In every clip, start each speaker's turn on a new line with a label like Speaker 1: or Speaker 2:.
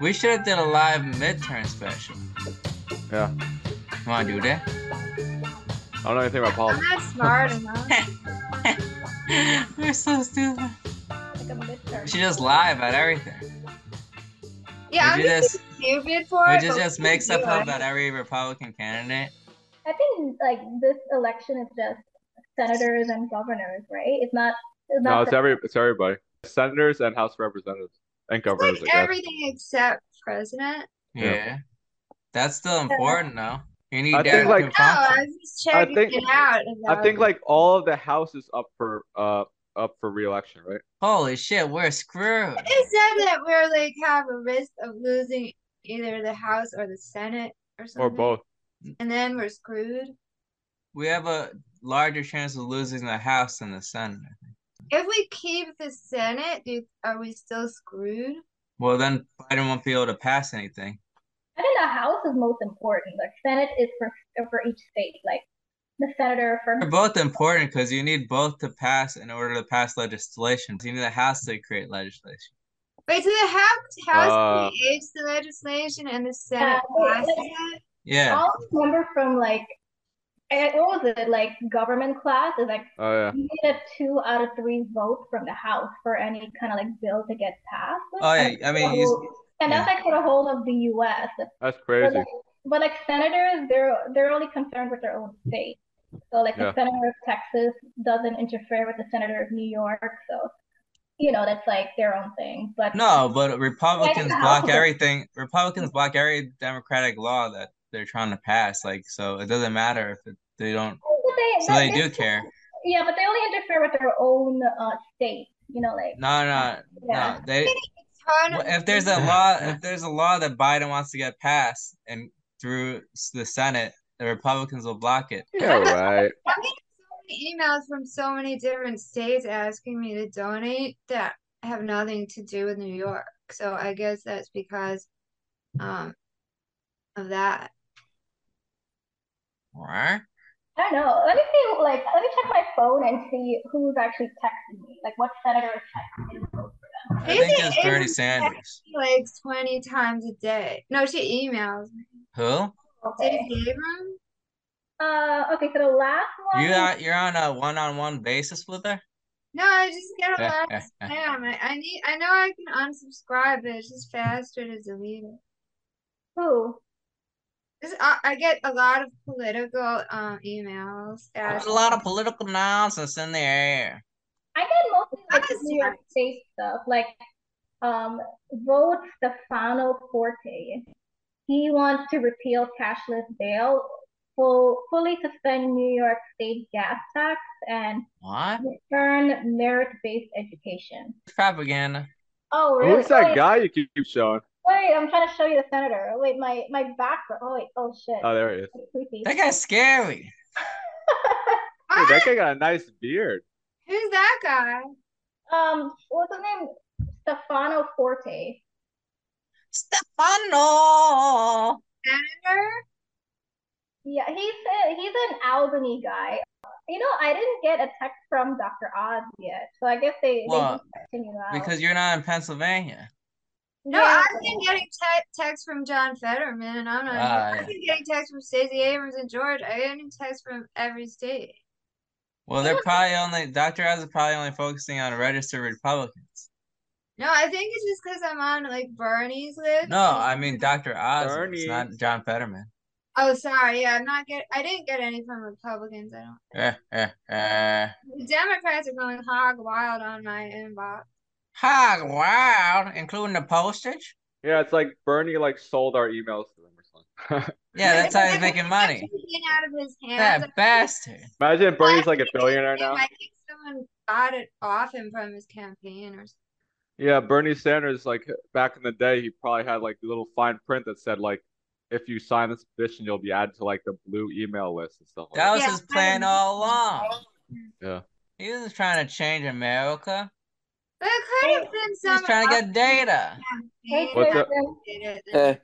Speaker 1: We should have done a live midterm special.
Speaker 2: Yeah.
Speaker 1: Want to do that?
Speaker 2: I don't know anything about
Speaker 3: I'm
Speaker 2: politics.
Speaker 3: not smart enough.
Speaker 1: We're so stupid.
Speaker 3: Like I'm a midterm.
Speaker 1: She just live about everything.
Speaker 3: Yeah, I'm
Speaker 1: would you
Speaker 3: just too stupid for
Speaker 1: We
Speaker 3: it.
Speaker 1: just
Speaker 3: but
Speaker 1: just
Speaker 3: we can
Speaker 1: make stuff
Speaker 3: do
Speaker 1: up
Speaker 3: it.
Speaker 1: about every Republican candidate.
Speaker 4: I think like this election is just senators and governors, right? It's not. It's
Speaker 2: No,
Speaker 4: not
Speaker 2: it's every it's everybody. Senators and House representatives and governors.
Speaker 3: It's like
Speaker 2: I guess.
Speaker 3: everything except president.
Speaker 1: Yeah.
Speaker 2: Yeah.
Speaker 1: That's still important though. You need
Speaker 2: I
Speaker 1: that
Speaker 2: think, like-
Speaker 1: to
Speaker 3: No,
Speaker 1: function.
Speaker 3: I was just checking
Speaker 2: think-
Speaker 3: it out. and
Speaker 2: I think like all of the House is up for uh up for reelection, right?
Speaker 1: Holy shit, we're screwed.
Speaker 3: They said that we're like have a risk of losing either the House or the Senate or something.
Speaker 2: Or both.
Speaker 3: And then we're screwed.
Speaker 1: We have a larger chance of losing the House than the Senate.
Speaker 3: If we keep the Senate, do are we still screwed?
Speaker 1: Well, then Biden won't be able to pass anything.
Speaker 4: I think the House is most important. The Senate is for for each state, like the senator for.
Speaker 1: They're both important because you need both to pass in order to pass legislation. You need the House to create legislation.
Speaker 3: Wait, so the House House
Speaker 2: Uh.
Speaker 3: creates the legislation and the Senate
Speaker 4: wait,
Speaker 3: passes
Speaker 4: wait.
Speaker 3: it.
Speaker 1: Yeah.
Speaker 4: All I remember from like, I, what was it like? Government class is like
Speaker 2: Oh yeah.
Speaker 4: you get a two out of three vote from the House for any kind of like bill to get passed.
Speaker 1: Oh yeah.
Speaker 4: And
Speaker 1: I mean,
Speaker 4: the
Speaker 1: you,
Speaker 4: whole- and that's like for the whole of the U.S.
Speaker 2: That's
Speaker 4: But
Speaker 2: crazy.
Speaker 4: like, but like senators, they're they're only concerned with their own state. So like the
Speaker 2: Yeah.
Speaker 4: senator of Texas doesn't interfere with the senator of New York. So you know that's like their own thing. But
Speaker 1: no, but Republicans
Speaker 4: the
Speaker 1: block
Speaker 4: House-
Speaker 1: everything. Republicans block every Democratic law that they're trying to pass. Like, so it doesn't matter if it, they don't.
Speaker 4: but they,
Speaker 1: So they do care.
Speaker 4: Yeah, but they only interfere with their own uh, state. You know, like
Speaker 1: No, no,
Speaker 4: yeah.
Speaker 1: no. They
Speaker 3: A ton
Speaker 1: Well,
Speaker 3: of
Speaker 1: if there's a law, if there's a law that Biden wants to get passed and through s- the Senate, the Republicans will block it.
Speaker 2: Yeah, right.
Speaker 3: I'm getting so many emails from so many different states asking me to donate that have nothing to do with New York. So I guess that's because um of that.
Speaker 1: Right?
Speaker 4: I don't know. Let me see. Like let me check my phone and see who's actually texting me. Like what senator is texting me.
Speaker 1: I think
Speaker 3: Isn't
Speaker 1: it's Bernie
Speaker 3: it-
Speaker 1: Sanders.
Speaker 3: Like twenty times a day. No, she emails me.
Speaker 1: Who?
Speaker 3: Did
Speaker 4: Okay.
Speaker 3: you save them?
Speaker 4: Uh, okay. So the last one.
Speaker 1: You are, you're on a one-on-one basis with her.
Speaker 3: No, I just get a lot of spam. I, I need I know I can unsubscribe, but it's just faster to delete it.
Speaker 4: Who?
Speaker 3: This- I, I get a lot of political um emails.
Speaker 1: There's
Speaker 3: asking-
Speaker 1: a lot of political nonsense in the air.
Speaker 4: I get mostly like
Speaker 3: Honestly,
Speaker 4: New York
Speaker 3: I-
Speaker 4: State stuff, like um, vote Stefano Forte. He wants to repeal cashless bail, full, fully suspend New York State gas tax, and
Speaker 1: What?
Speaker 4: return merit-based education.
Speaker 1: Propaganda.
Speaker 4: Oh, really?
Speaker 2: Who's that
Speaker 4: wait,
Speaker 2: guy you keep keep showing?
Speaker 4: Wait, I'm trying to show you the senator. Wait, my my background. Oh wait, oh shit.
Speaker 2: Oh, there he is.
Speaker 4: It's creepy.
Speaker 1: That guy's scary.
Speaker 2: Dude,
Speaker 3: What?
Speaker 2: that guy got a nice beard.
Speaker 3: Who's that guy?
Speaker 4: Um, what's the name? Stefano Forte.
Speaker 1: Stefano.
Speaker 3: Senator?
Speaker 4: Yeah, he's a, he's an Albany guy. You know, I didn't get a text from Dr. Oz yet, so I guess they they
Speaker 1: Well,
Speaker 4: just texting you out.
Speaker 1: Because you're not in Pennsylvania.
Speaker 3: No,
Speaker 4: Yeah.
Speaker 3: I've been getting te- texts from John Fetterman, and I'm not.
Speaker 1: Ah,
Speaker 3: I've
Speaker 1: yeah.
Speaker 3: been getting texts from Stacey Abrams and George. I get texts from every state.
Speaker 1: Well, they're probably only Dr. Oz is probably only focusing on registered Republicans.
Speaker 3: No, I think it's just because I'm on like Bernie's list.
Speaker 1: No, I mean Dr. Oz. It's
Speaker 2: Bernie.
Speaker 1: not John Fetterman.
Speaker 3: Oh, sorry. Yeah, I'm not get. I didn't get any from Republicans. I don't.
Speaker 1: Eh, eh, eh.
Speaker 3: The Democrats are going hog wild on my inbox.
Speaker 1: Hog wild, including the postage.
Speaker 2: Yeah, it's like Bernie like sold our emails to them or something.
Speaker 1: Yeah, that's how he's
Speaker 3: Like,
Speaker 1: making
Speaker 3: I'm
Speaker 1: money.
Speaker 3: taking out of his hands.
Speaker 1: That bastard.
Speaker 2: Imagine Bernie's like a
Speaker 3: Why?
Speaker 2: billionaire now.
Speaker 3: I think someone bought it off him from his campaign or something.
Speaker 2: Yeah, Bernie Sanders, like back in the day, he probably had like a little fine print that said like, if you sign this petition, you'll be added to like the blue email list and stuff like
Speaker 1: That
Speaker 2: that.
Speaker 1: was
Speaker 3: Yeah,
Speaker 1: his plan
Speaker 3: I-
Speaker 1: all along.
Speaker 2: Yeah.
Speaker 1: He wasn't trying to change America.
Speaker 3: But it could have been
Speaker 1: He
Speaker 3: some.
Speaker 1: was trying to get data.
Speaker 4: Hey,
Speaker 3: campaign
Speaker 2: What's
Speaker 3: that
Speaker 2: up?
Speaker 4: Kristen.
Speaker 3: did it.
Speaker 5: Hey,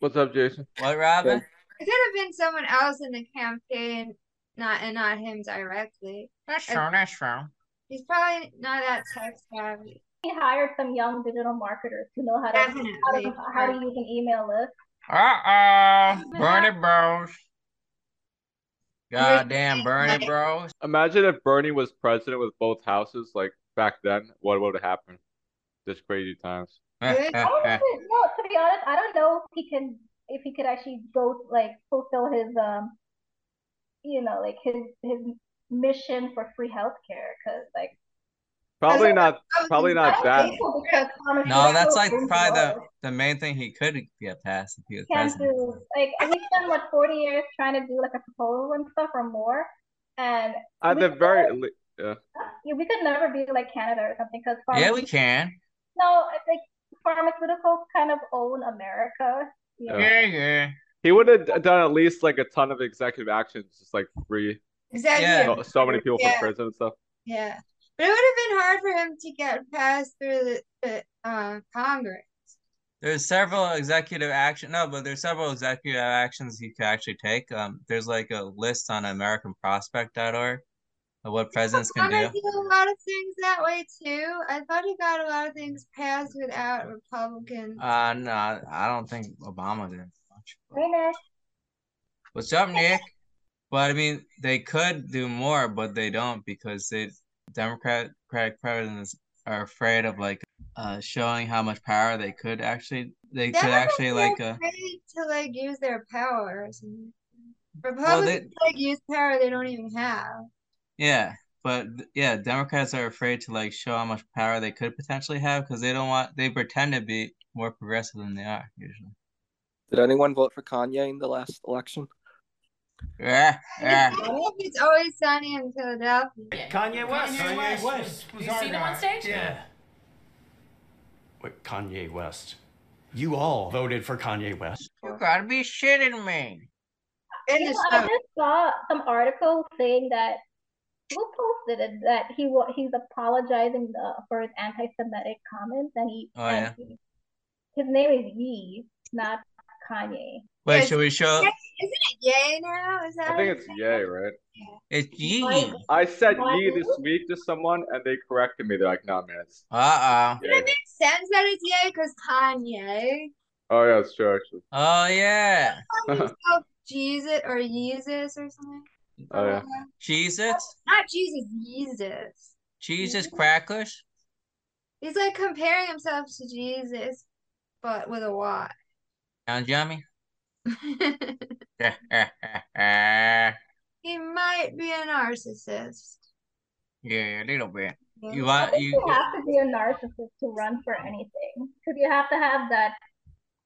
Speaker 2: What's up, Jason?
Speaker 1: What, Robin?
Speaker 3: It could have been someone else in the campaign, not and not him directly.
Speaker 1: That's true. That's true.
Speaker 3: He's probably not that tech savvy.
Speaker 4: he hired some young digital marketers who know how to how to,
Speaker 3: Definitely.
Speaker 4: how to use an email list.
Speaker 1: Uh-oh. Bernie Bros. Goddamn Bernie
Speaker 3: Right.
Speaker 1: Bros.
Speaker 2: Imagine if Bernie was president with both houses, like back then, what would have happened? Just crazy times.
Speaker 4: I don't even know. Oh, To be honest, I don't know if he can if he could actually go like fulfill his um you know like his his mission for free healthcare because like
Speaker 2: Probably
Speaker 3: it-
Speaker 2: not.
Speaker 3: I was
Speaker 2: Probably
Speaker 4: I
Speaker 2: not
Speaker 4: don't
Speaker 2: that.
Speaker 4: think so because honestly,
Speaker 1: No, that's
Speaker 4: so
Speaker 1: like
Speaker 4: dangerous.
Speaker 1: probably the, the main thing he could get past if he was
Speaker 4: can't
Speaker 1: president.
Speaker 4: do like and he spent what 40 years trying to do like a proposal and stuff or more and
Speaker 2: At
Speaker 4: we
Speaker 2: the
Speaker 4: could
Speaker 2: very
Speaker 4: never-
Speaker 2: le-
Speaker 4: yeah, we could never be like Canada or something because
Speaker 1: Yeah, we can.
Speaker 4: no like pharmaceuticals kind of own America you know?
Speaker 2: Yeah.
Speaker 1: Yeah, yeah.
Speaker 2: he would have done at least like a ton of executive actions, just like free
Speaker 3: Exactly.
Speaker 1: Yeah.
Speaker 2: so, so many people
Speaker 3: Yeah.
Speaker 2: from prison and stuff.
Speaker 3: Yeah, but it would have been hard for him to get passed through the, the uh, Congress.
Speaker 1: There's several executive action. No, but there's several executive actions he could actually take. Um, there's like a list on AmericanProspect.org of what presidents can
Speaker 3: Obama
Speaker 1: do.
Speaker 3: did a lot of things that way too. I thought he got a lot of things passed without Republicans.
Speaker 1: Uh, no, I don't think Obama did much.
Speaker 4: Hey, Nick.
Speaker 1: What's up, Nick? But I mean, they could do more, but they don't because the Democratic presidents are afraid of like uh showing how much power they could actually they could
Speaker 3: Democrats
Speaker 1: actually
Speaker 3: are
Speaker 1: like uh
Speaker 3: afraid to like use their power or something.
Speaker 1: well
Speaker 3: Republicans
Speaker 1: they
Speaker 3: like use power they don't even have.
Speaker 1: yeah but yeah Democrats are afraid to like show how much power they could potentially have because they don't want they pretend to be more progressive than they are usually.
Speaker 5: Did anyone vote for Kanye in the last election?
Speaker 1: Yeah, yeah.
Speaker 3: It's always sunny in Philadelphia.
Speaker 6: Kanye West.
Speaker 7: Kanye West was-
Speaker 6: was
Speaker 7: you
Speaker 6: our
Speaker 7: seen him
Speaker 6: guy.
Speaker 7: on stage?
Speaker 6: Yeah. Wait, Kanye West. You all voted for Kanye West.
Speaker 1: You gotta be shitting me.
Speaker 3: In
Speaker 4: You
Speaker 3: the
Speaker 4: know, I
Speaker 3: show.
Speaker 4: just saw some article saying that who posted it that he wa- he's apologizing uh, for his anti-Semitic comments and he,
Speaker 1: Oh,
Speaker 4: and he- his name is Yee, not Kanye.
Speaker 1: Wait,
Speaker 3: Yes.
Speaker 1: should we show
Speaker 3: Yay now? Is that
Speaker 2: I think it's yay, right?
Speaker 1: it's ye?
Speaker 4: Like,
Speaker 2: I said
Speaker 4: Why
Speaker 2: ye
Speaker 4: do
Speaker 2: this
Speaker 4: you-
Speaker 2: week to someone, and they corrected me. They're like, "Nah, man, it's
Speaker 1: Uh oh.
Speaker 3: Does it
Speaker 2: yay."
Speaker 3: make sense that it's yay? Because Kanye.
Speaker 2: Oh yeah, it's true actually.
Speaker 1: Oh yeah.
Speaker 3: He's called oh, Jesus or Jesus or something.
Speaker 2: Oh yeah.
Speaker 1: Cheez Its?
Speaker 3: Not Jesus, Jesus.
Speaker 1: Jesus crackers?
Speaker 3: He's like comparing himself to Jesus, but with a Y.
Speaker 1: Sounds yummy.
Speaker 3: he
Speaker 1: yeah,
Speaker 3: might be a narcissist.
Speaker 1: a little bit.
Speaker 3: Yeah.
Speaker 1: You
Speaker 4: I
Speaker 1: want
Speaker 4: think
Speaker 1: you
Speaker 4: you have to be a narcissist to run for anything because you have to have that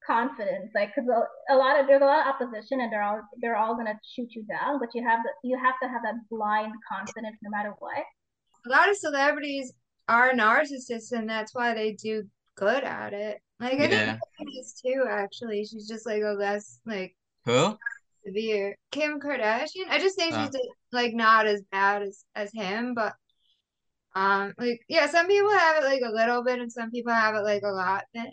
Speaker 4: confidence. Like, because a, a lot of there's a lot of opposition, and they're all they're all gonna shoot you down. But you have the, you have to have that blind confidence no matter what.
Speaker 3: A lot of celebrities are narcissists, and that's why they do good at it. Like I
Speaker 1: Yeah.
Speaker 3: think Kim is too. Actually, she's just like a less like
Speaker 1: who?
Speaker 3: severe Kim Kardashian. I just think
Speaker 1: Uh.
Speaker 3: she's just, like not as bad as as him, but um, like yeah, some people have it like a little bit, and some people have it like a lot. But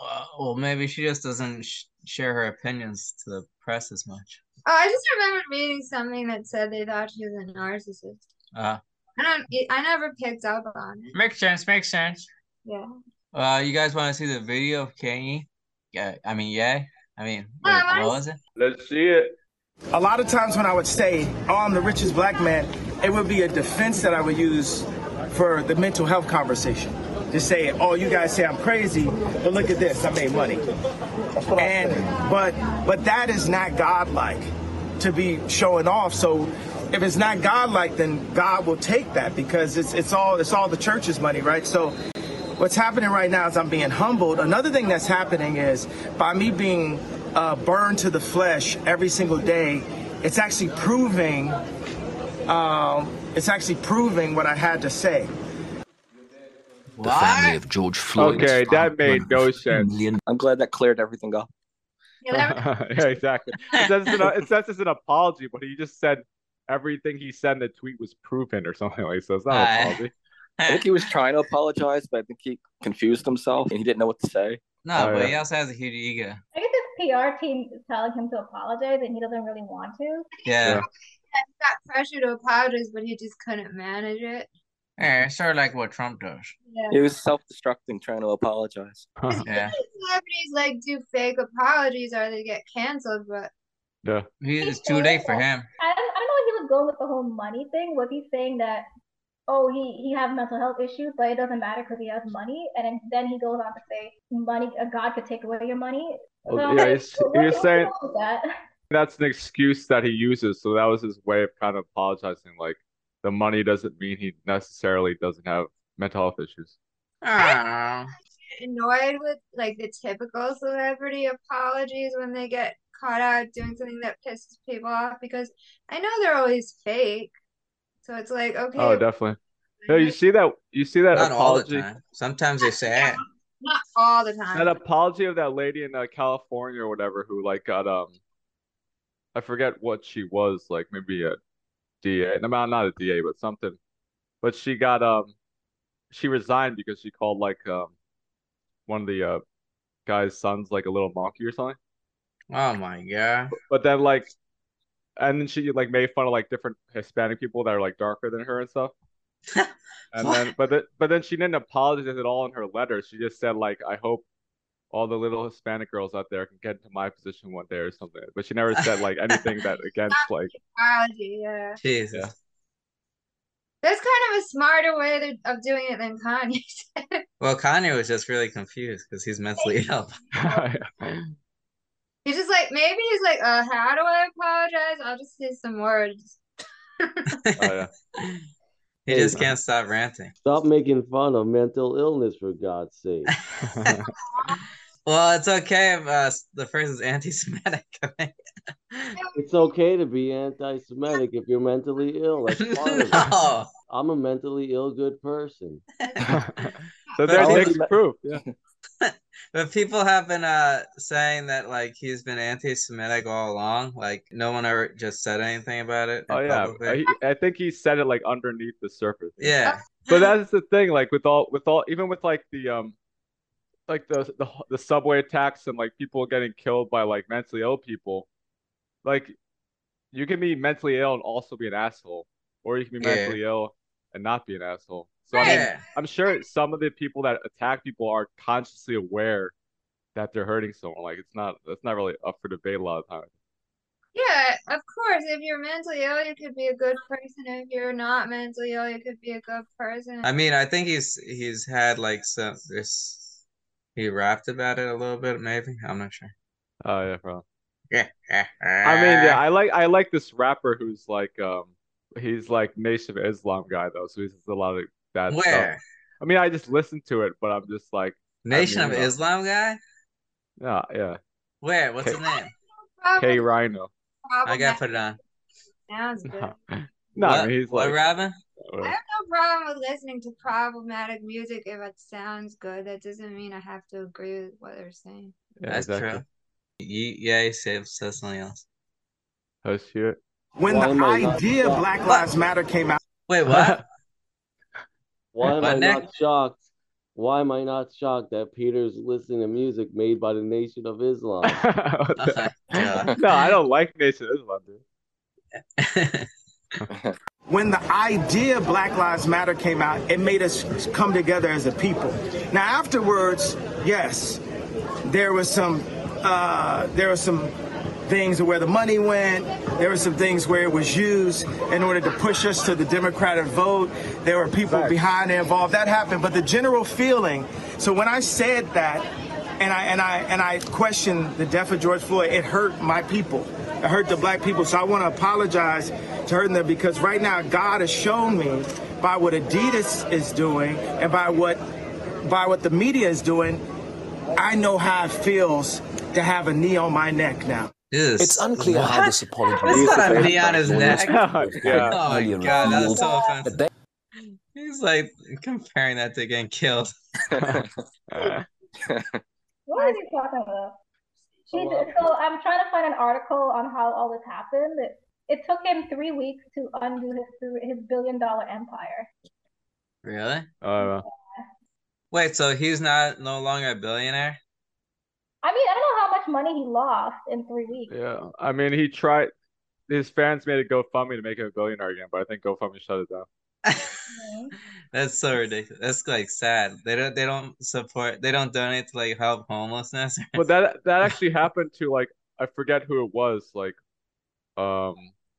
Speaker 1: Uh, well, maybe she just doesn't sh- share her opinions to the press as much.
Speaker 3: Oh, I just remembered reading something that said they thought she was a narcissist.
Speaker 1: Uh,
Speaker 3: I don't. I never picked up on it.
Speaker 1: makes sense. Makes sense.
Speaker 3: Yeah.
Speaker 1: Uh, you guys want to see the video of Kanye? Yeah, I mean, yeah. I mean,
Speaker 3: No,
Speaker 1: wait,
Speaker 3: I wanna
Speaker 1: what was it?
Speaker 2: Let's see it.
Speaker 8: A lot of times when I would say, oh, I'm the richest black man, it would be a defense that I would use for the mental health conversation. Just say, oh, you guys say I'm crazy, but look at this, I made money. And but but that is not godlike to be showing off. So if it's not godlike, then God will take that because it's it's all it's all the church's money, right? So what's happening right now is I'm being humbled. Another thing that's happening is by me being uh, burned to the flesh every single day, it's actually proving, um, it's actually proving what I had to say.
Speaker 9: The family
Speaker 1: What?
Speaker 9: of George Floyd.
Speaker 2: Okay, that made no sense.
Speaker 9: million
Speaker 5: I'm glad that cleared everything up.
Speaker 3: Yeah, that was-
Speaker 2: yeah, exactly. It says it's an, it says it's an apology, but he just said everything he said in the tweet was proven or something like. So it's not
Speaker 1: Uh,
Speaker 2: an apology.
Speaker 5: I think he was trying to apologize, but I think he confused himself and he didn't know what to say.
Speaker 1: no,
Speaker 2: Oh,
Speaker 1: but
Speaker 2: yeah.
Speaker 1: he also has a huge ego.
Speaker 4: I guess his PR team is telling him to apologize, and he doesn't really want to.
Speaker 1: Yeah.
Speaker 3: he got pressure to apologize, but he just couldn't manage it.
Speaker 1: Yeah, it's sort of like what Trump does.
Speaker 5: He was self-destructing, trying to apologize.
Speaker 1: Yeah,
Speaker 3: Celebrities like do fake apologies or they get canceled, but
Speaker 2: yeah.
Speaker 1: he, it's too late for him.
Speaker 4: I don't, I don't know where he was going with the whole money thing. Was he saying that, oh, he he has mental health issues, but it doesn't matter because he has money? And then, then he goes on to say, money, uh, God could take away your money.
Speaker 2: Well,
Speaker 4: So,
Speaker 2: Oh, yeah, he's-
Speaker 4: what-
Speaker 2: he was
Speaker 4: what's
Speaker 2: saying-
Speaker 4: wrong with that?
Speaker 2: That's an excuse that he uses. So that was his way of kind of apologizing. Like the money doesn't mean he necessarily doesn't have mental health issues.
Speaker 1: Ah,
Speaker 3: annoyed with like the typical celebrity apologies when they get caught out doing something that pisses people off because I know they're always fake. So it's like, okay,
Speaker 2: Oh, definitely. Yeah, you see that you see that
Speaker 1: not all the
Speaker 2: apology
Speaker 1: time. Sometimes they say it.
Speaker 3: not all the time.
Speaker 2: that apology of that lady in uh, California or whatever who like got um I forget what she was like maybe a DA no not not a DA but something but she got um she resigned because she called like um one of the uh guy's sons like a little monkey or something
Speaker 1: Oh my god.
Speaker 2: but then like and then she like made fun of like different Hispanic people that are like darker than her and stuff and then but the, but then she didn't apologize at all in her letter she just said like I hope all the little Hispanic girls out there can get into my position one day or something but she never said like anything that against like
Speaker 3: apology, yeah.
Speaker 1: Jesus.
Speaker 2: Yeah.
Speaker 3: That's kind of a smarter way th- of doing it than Kanye.
Speaker 1: Well, Kanye was just really confused because he's mentally ill.
Speaker 3: he's just like, maybe he's like, uh, how do I apologize? I'll just say some words.
Speaker 1: he
Speaker 2: Oh, yeah. uh,
Speaker 1: just can't stop ranting.
Speaker 7: Stop making fun of mental illness for God's sake.
Speaker 1: Well, it's okay if uh, the person's anti-Semitic.
Speaker 7: It's okay to be anti-Semitic if you're mentally ill. That's part of it.
Speaker 1: no.
Speaker 7: I'm a mentally ill good person.
Speaker 2: so there's
Speaker 1: Well,
Speaker 2: Nick's
Speaker 7: he-
Speaker 2: proof yeah
Speaker 1: But people have been uh saying that like he's been anti-Semitic all along. Like no one ever just said anything about it.
Speaker 2: oh yeah
Speaker 1: publicly.
Speaker 2: I, I think he said it like underneath the surface
Speaker 1: yeah.
Speaker 2: but that's the thing like with all with all even with like the um like the the, the subway attacks and like people getting killed by like mentally ill people like you can be mentally ill and also be an asshole or you can be
Speaker 1: Yeah.
Speaker 2: mentally ill and not be an asshole so I mean,
Speaker 1: yeah.
Speaker 2: i'm sure some of the people that attack people are consciously aware that they're hurting someone like it's not that's not really up for debate a lot of times
Speaker 3: Yeah, of course. If you're mentally ill, you could be a good person. If you're not mentally ill, you could be a good person.
Speaker 1: I mean, I think he's he's had like some this. He rapped about it a little bit, maybe. I'm not sure.
Speaker 2: oh yeah bro
Speaker 1: Yeah.
Speaker 2: I mean,
Speaker 1: Ah.
Speaker 2: yeah, I like I like this rapper who's like um he's like Nation of Islam guy though, so he's a lot of bad stuff.
Speaker 1: Where
Speaker 2: I mean, I just listened to it, but I'm just like,
Speaker 1: Nation
Speaker 2: mean,
Speaker 1: of
Speaker 2: uh,
Speaker 1: Islam guy?
Speaker 2: yeah, yeah,
Speaker 1: Where? What's
Speaker 2: K-
Speaker 1: his name?
Speaker 2: K Rhino.
Speaker 1: I gotta put it on.
Speaker 3: sounds good.
Speaker 2: no,
Speaker 3: I
Speaker 2: I
Speaker 1: What-
Speaker 2: mean, he's
Speaker 1: what,
Speaker 2: like, uh,
Speaker 1: Robin?
Speaker 2: whatever.
Speaker 3: have no problem with listening to problematic music if it sounds good. That doesn't mean I have to agree with what they're saying.
Speaker 2: yeah,
Speaker 1: That's
Speaker 2: exactly.
Speaker 1: true. You, yeah, he said said something else.
Speaker 2: Oh shit.
Speaker 8: When
Speaker 7: Why
Speaker 8: the
Speaker 7: am I not-
Speaker 8: idea of Black Lives Matter came out,
Speaker 1: Wait, what?
Speaker 7: Why am I
Speaker 1: But
Speaker 7: not shocked? Why am I not shocked that Peter's listening to music made by the Nation of Islam?
Speaker 2: What
Speaker 1: Oh
Speaker 2: the-
Speaker 1: my God.
Speaker 2: no, I don't like Nation of Islam, dude.
Speaker 8: when the idea of Black Lives Matter came out, it made us come together as a people. Now afterwards, yes, there was some uh, there were some things where the money went. There were some things where it was used in order to push us to the Democratic vote. There were people behind and involved. That happened, but the general feeling. So when I said that, and I and I and I questioned the death of George Floyd, it hurt my people. It hurt the black people. So I want to apologize to hurting them because right now God has shown me by what Adidas is doing and by what by what the media is doing I know how it feels to have a knee on my neck now.
Speaker 1: This is-
Speaker 10: It's unclear how this apology
Speaker 1: That's
Speaker 10: was
Speaker 1: not
Speaker 10: affected
Speaker 1: neon
Speaker 10: by
Speaker 1: is
Speaker 10: lawyers
Speaker 1: neck.
Speaker 2: Oh,
Speaker 10: who
Speaker 1: Oh
Speaker 10: had
Speaker 2: God.
Speaker 1: my
Speaker 10: earlier
Speaker 1: god, that was
Speaker 10: revealed
Speaker 1: so
Speaker 10: that
Speaker 1: offensive.
Speaker 10: they
Speaker 1: He's like comparing that to getting killed.
Speaker 4: What is he talking about? He
Speaker 2: Oh,
Speaker 7: So,
Speaker 4: did-
Speaker 7: uh,
Speaker 4: so I'm trying to find an article on how all this happened. It, it took him three weeks to undo his thr- his billion dollar empire.
Speaker 1: Really?
Speaker 2: I don't know.
Speaker 1: Wait, so he's not no longer a billionaire?
Speaker 4: I mean, I don't know how much money he lost in three weeks.
Speaker 2: Yeah, I mean, he tried. His fans made a GoFundMe to make him a billionaire again, but I think GoFundMe shut it down.
Speaker 1: That's so ridiculous. That's like sad. They don't they don't support they don't donate to like help homelessness.
Speaker 2: But that that actually happened to like I forget who it was. Like, um,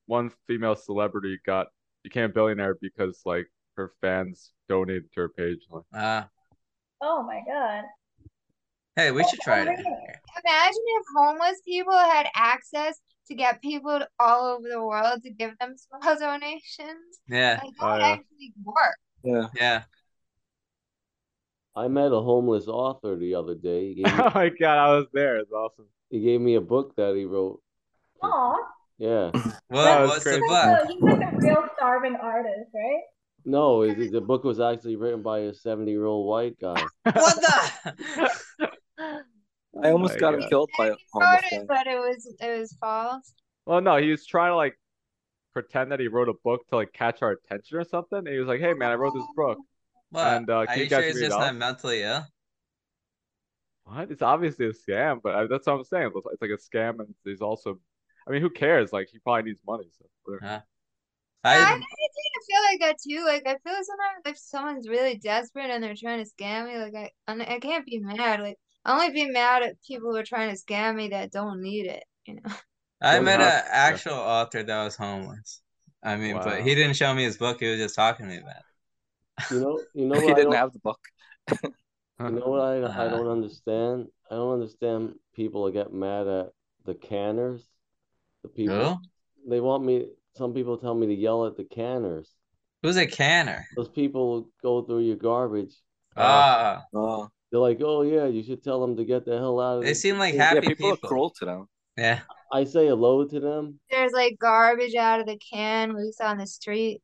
Speaker 2: one female celebrity got became a billionaire because like her fans donated to her page. Like,
Speaker 1: Ah,
Speaker 4: Oh my god.
Speaker 1: hey, we should try it.
Speaker 3: Imagine if homeless people had access to get people to- all over the world to give them small donations.
Speaker 1: Yeah,
Speaker 3: Like, that
Speaker 2: Oh,
Speaker 3: would
Speaker 2: yeah.
Speaker 3: actually work.
Speaker 5: Yeah.
Speaker 1: yeah.
Speaker 7: I met a homeless author the other day. He gave me,
Speaker 2: oh my god, I was there. It's awesome.
Speaker 7: he gave me a book that he wrote.
Speaker 4: Aw.
Speaker 7: Yeah.
Speaker 1: Well,
Speaker 2: was
Speaker 1: what's
Speaker 2: crazy.
Speaker 1: the
Speaker 4: He's
Speaker 1: book?
Speaker 4: like, a, he's like a real starving artist, right?
Speaker 7: No, it, it- the book was actually written by a 70 year old white guy.
Speaker 1: What the?
Speaker 5: I almost
Speaker 2: my
Speaker 5: got him
Speaker 2: God.
Speaker 5: killed by a
Speaker 3: And he
Speaker 5: homeless
Speaker 3: wrote
Speaker 5: guy.
Speaker 3: it, but it was it was false.
Speaker 2: Well, no, he was trying to like pretend that he wrote a book to like catch our attention or something. And he was like, "Hey, man, I wrote this book."
Speaker 1: What?
Speaker 2: And, uh,
Speaker 1: Are
Speaker 2: can you
Speaker 1: you sure
Speaker 2: guys
Speaker 1: he's
Speaker 2: read it
Speaker 1: just not
Speaker 2: off?
Speaker 1: mentally ill?
Speaker 2: What? It's obviously a scam, but I, that's what I'm saying. It's, it's like a scam, and he's also, I mean, who cares? Like, he probably needs money. So whatever.
Speaker 3: I, I
Speaker 1: I
Speaker 3: kind of feel like that too. Like I feel sometimes if someone's really desperate and they're trying to scam me, like I and I can't be mad. Like I only be mad at people who are trying to scam me that don't need it. You know.
Speaker 1: I
Speaker 2: Well,
Speaker 1: met
Speaker 2: not-
Speaker 1: an
Speaker 2: yeah.
Speaker 1: actual author that was homeless. I mean, but
Speaker 2: Wow.
Speaker 1: he didn't show me his book. He was just talking to me about. it.
Speaker 7: You know, you know
Speaker 5: He
Speaker 7: what I
Speaker 5: didn't
Speaker 7: don't,
Speaker 5: have the book.
Speaker 7: you know what I, I
Speaker 1: Uh.
Speaker 7: don't understand? I don't understand people that get mad at the canners. The people
Speaker 1: Who?
Speaker 7: they want me some people tell me to yell at the canners.
Speaker 1: Who's a canner?
Speaker 7: Those people who go through your garbage.
Speaker 1: Ah,
Speaker 5: Oh.
Speaker 7: They're like, "Oh yeah, you should tell them to get the hell out of
Speaker 1: they
Speaker 7: this."
Speaker 1: seem like
Speaker 7: Yeah,
Speaker 5: Yeah,
Speaker 1: happy
Speaker 5: people are
Speaker 1: people.
Speaker 5: cruel to them.
Speaker 1: Yeah.
Speaker 7: I say hello to them.
Speaker 3: There's like garbage out of the can loose on the street.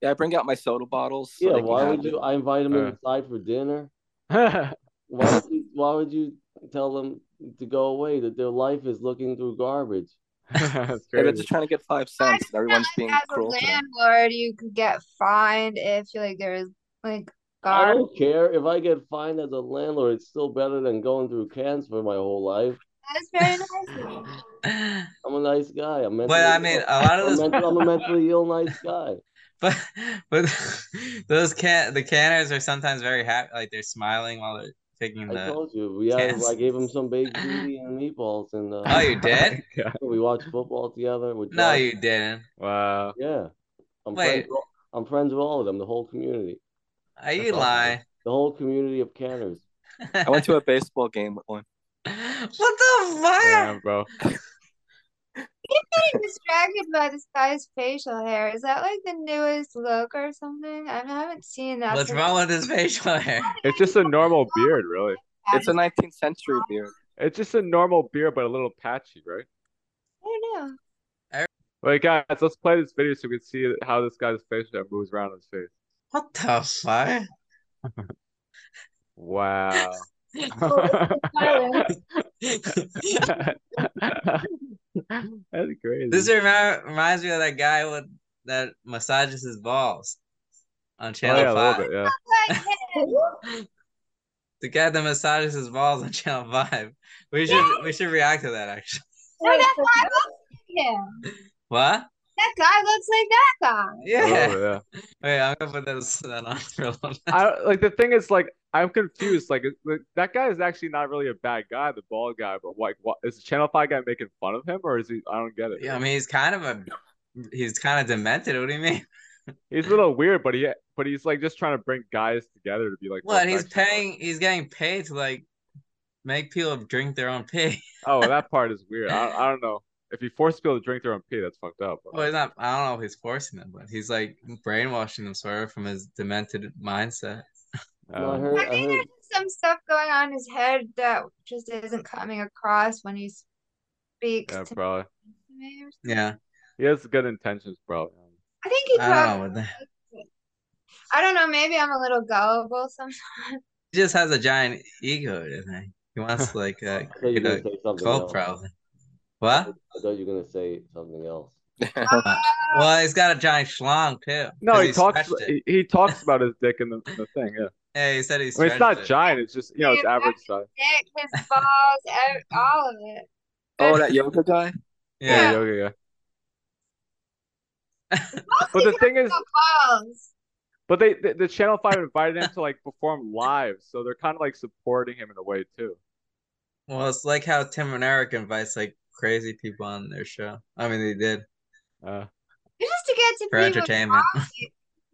Speaker 5: Yeah, I bring out my soda bottles. so
Speaker 7: Yeah,
Speaker 5: they can
Speaker 7: why
Speaker 5: have
Speaker 7: would
Speaker 5: it.
Speaker 7: you? I invite them
Speaker 2: Uh.
Speaker 7: inside for dinner.
Speaker 2: yeah,
Speaker 7: Why would you? Why would you tell them to go away? That their life is looking through garbage.
Speaker 2: it's
Speaker 5: Yeah, they're
Speaker 2: crazy.
Speaker 5: just trying to get five cents, and everyone's being
Speaker 3: As a
Speaker 5: cruel to them.
Speaker 3: landlord, you could get fined if like there's like
Speaker 7: I
Speaker 1: Oh.
Speaker 3: garbage.
Speaker 7: don't care if I get fined as a landlord. It's still better than going through cans for my whole life.
Speaker 3: That's very nice of you.
Speaker 1: but
Speaker 7: I'm a nice guy. I'm mentally.
Speaker 1: I mean,
Speaker 7: ill.
Speaker 1: a lot of
Speaker 7: I'm,
Speaker 1: those,
Speaker 7: mental, I'm a mentally ill nice guy.
Speaker 1: but but those can the canners are sometimes very happy. Like they're smiling while they're taking
Speaker 7: I
Speaker 1: the.
Speaker 7: told you. We had.
Speaker 1: Yes.
Speaker 7: I gave him some baked ziti and meatballs, and
Speaker 1: Oh,
Speaker 7: uh,
Speaker 1: you did?
Speaker 2: Yeah.
Speaker 7: we watched football together. With
Speaker 1: No,
Speaker 7: Josh.
Speaker 1: you didn't.
Speaker 2: Wow.
Speaker 7: Yeah, I'm
Speaker 1: Wait.
Speaker 7: friends. With, all- I'm friends with all of them. The whole community.
Speaker 1: Are Uh, you
Speaker 2: That's awesome.
Speaker 1: lying?
Speaker 7: The whole community of canners.
Speaker 5: I went to a baseball game with one.
Speaker 1: what the fuck?
Speaker 2: Damn, bro.
Speaker 3: I'm getting distracted by this guy's facial hair. Is that like the newest look or something? I haven't seen that.
Speaker 1: What's
Speaker 3: for-
Speaker 1: wrong with his facial hair?
Speaker 2: It's just a normal beard, really.
Speaker 5: It's a 19th century beer.
Speaker 2: It's just a normal beard, but a little patchy, right?
Speaker 3: I don't know.
Speaker 2: Wait, guys, let's play this video so we can see how this guy's face that moves around his face.
Speaker 1: What the fuck?
Speaker 2: Wow.
Speaker 4: Silence.
Speaker 2: That's crazy.
Speaker 1: this remi- reminds me of that guy with that massages his balls
Speaker 2: oh,
Speaker 1: on
Speaker 2: yeah,
Speaker 1: Channel
Speaker 2: a little
Speaker 1: Five.
Speaker 2: bit, yeah.
Speaker 3: Like him.
Speaker 1: The guy that massages his balls on Channel Five. We should we should react to that actually.
Speaker 3: No,
Speaker 4: Wait,
Speaker 3: that
Speaker 4: so-
Speaker 3: guy looks like him.
Speaker 1: What?
Speaker 3: That guy looks like that guy.
Speaker 2: A little
Speaker 1: Yeah.
Speaker 2: bit, Oh, yeah.
Speaker 1: Wait, I'm gonna put this that on for a little bit.
Speaker 2: I like the thing is like I'm confused. Like it- like, that guy is actually not really a bad guy, the bald guy, but like what is the Channel Five guy making fun of him or is he? I don't get it.
Speaker 1: Yeah, I mean he's kind of a he's kind of demented. What do you mean?
Speaker 2: He's a little weird, but he but he's like just trying to bring guys together to be like. more
Speaker 1: What? He's
Speaker 2: sexual.
Speaker 1: paying. He's getting paid to like make people drink their own pee.
Speaker 2: Oh, well, that part is weird. I I don't know if you force people to drink their own pee, that's fucked up.
Speaker 1: Well, he's not. I don't know if he's forcing them, but he's like brainwashing them sort of from his demented mindset.
Speaker 7: No, I
Speaker 2: Uh,
Speaker 7: heard.
Speaker 3: I
Speaker 7: I
Speaker 3: think
Speaker 7: heard.
Speaker 3: there's just some stuff going on in his head that just isn't coming across when he speaks
Speaker 2: yeah,
Speaker 3: to
Speaker 2: probably.
Speaker 3: me. Or something.
Speaker 1: Yeah,
Speaker 2: He has good intentions, probably.
Speaker 3: I think he
Speaker 1: I don't know.
Speaker 3: probably.
Speaker 1: What the,
Speaker 3: I don't know. Maybe I'm a little gullible sometimes.
Speaker 1: he just has a giant ego, doesn't he? He wants to, like uh,
Speaker 7: I thought you
Speaker 1: create
Speaker 7: were gonna
Speaker 1: a
Speaker 7: say something
Speaker 1: cult,
Speaker 7: else.
Speaker 1: probably. What?
Speaker 7: I thought you were gonna say something else.
Speaker 1: Uh, well, he's got a giant schlong too.
Speaker 2: No,
Speaker 1: 'cause
Speaker 2: he talks.
Speaker 1: stretched it.
Speaker 2: He, he talks about his dick in the, in the thing. Yeah,
Speaker 1: Yeah, he said
Speaker 2: I
Speaker 1: he
Speaker 2: mean
Speaker 1: stretched
Speaker 2: it's not
Speaker 1: it.
Speaker 2: giant. It's just you know it's
Speaker 3: Yeah,
Speaker 2: average size.
Speaker 3: Dick, his balls, ev- all of it.
Speaker 5: Oh, that yoga guy?
Speaker 2: Yeah,
Speaker 1: Yeah,
Speaker 2: yeah, okay, yeah.
Speaker 3: Mostly
Speaker 2: But the
Speaker 3: talking
Speaker 2: thing is,
Speaker 3: about balls.
Speaker 2: But they, the, the Channel Five invited him to like perform live, so they're kind of like supporting him in a way too.
Speaker 1: Well, it's like how Tim and Eric invites like crazy people on their show. I mean, they did
Speaker 2: Uh,
Speaker 3: Just to get to
Speaker 1: for
Speaker 3: people
Speaker 1: entertainment.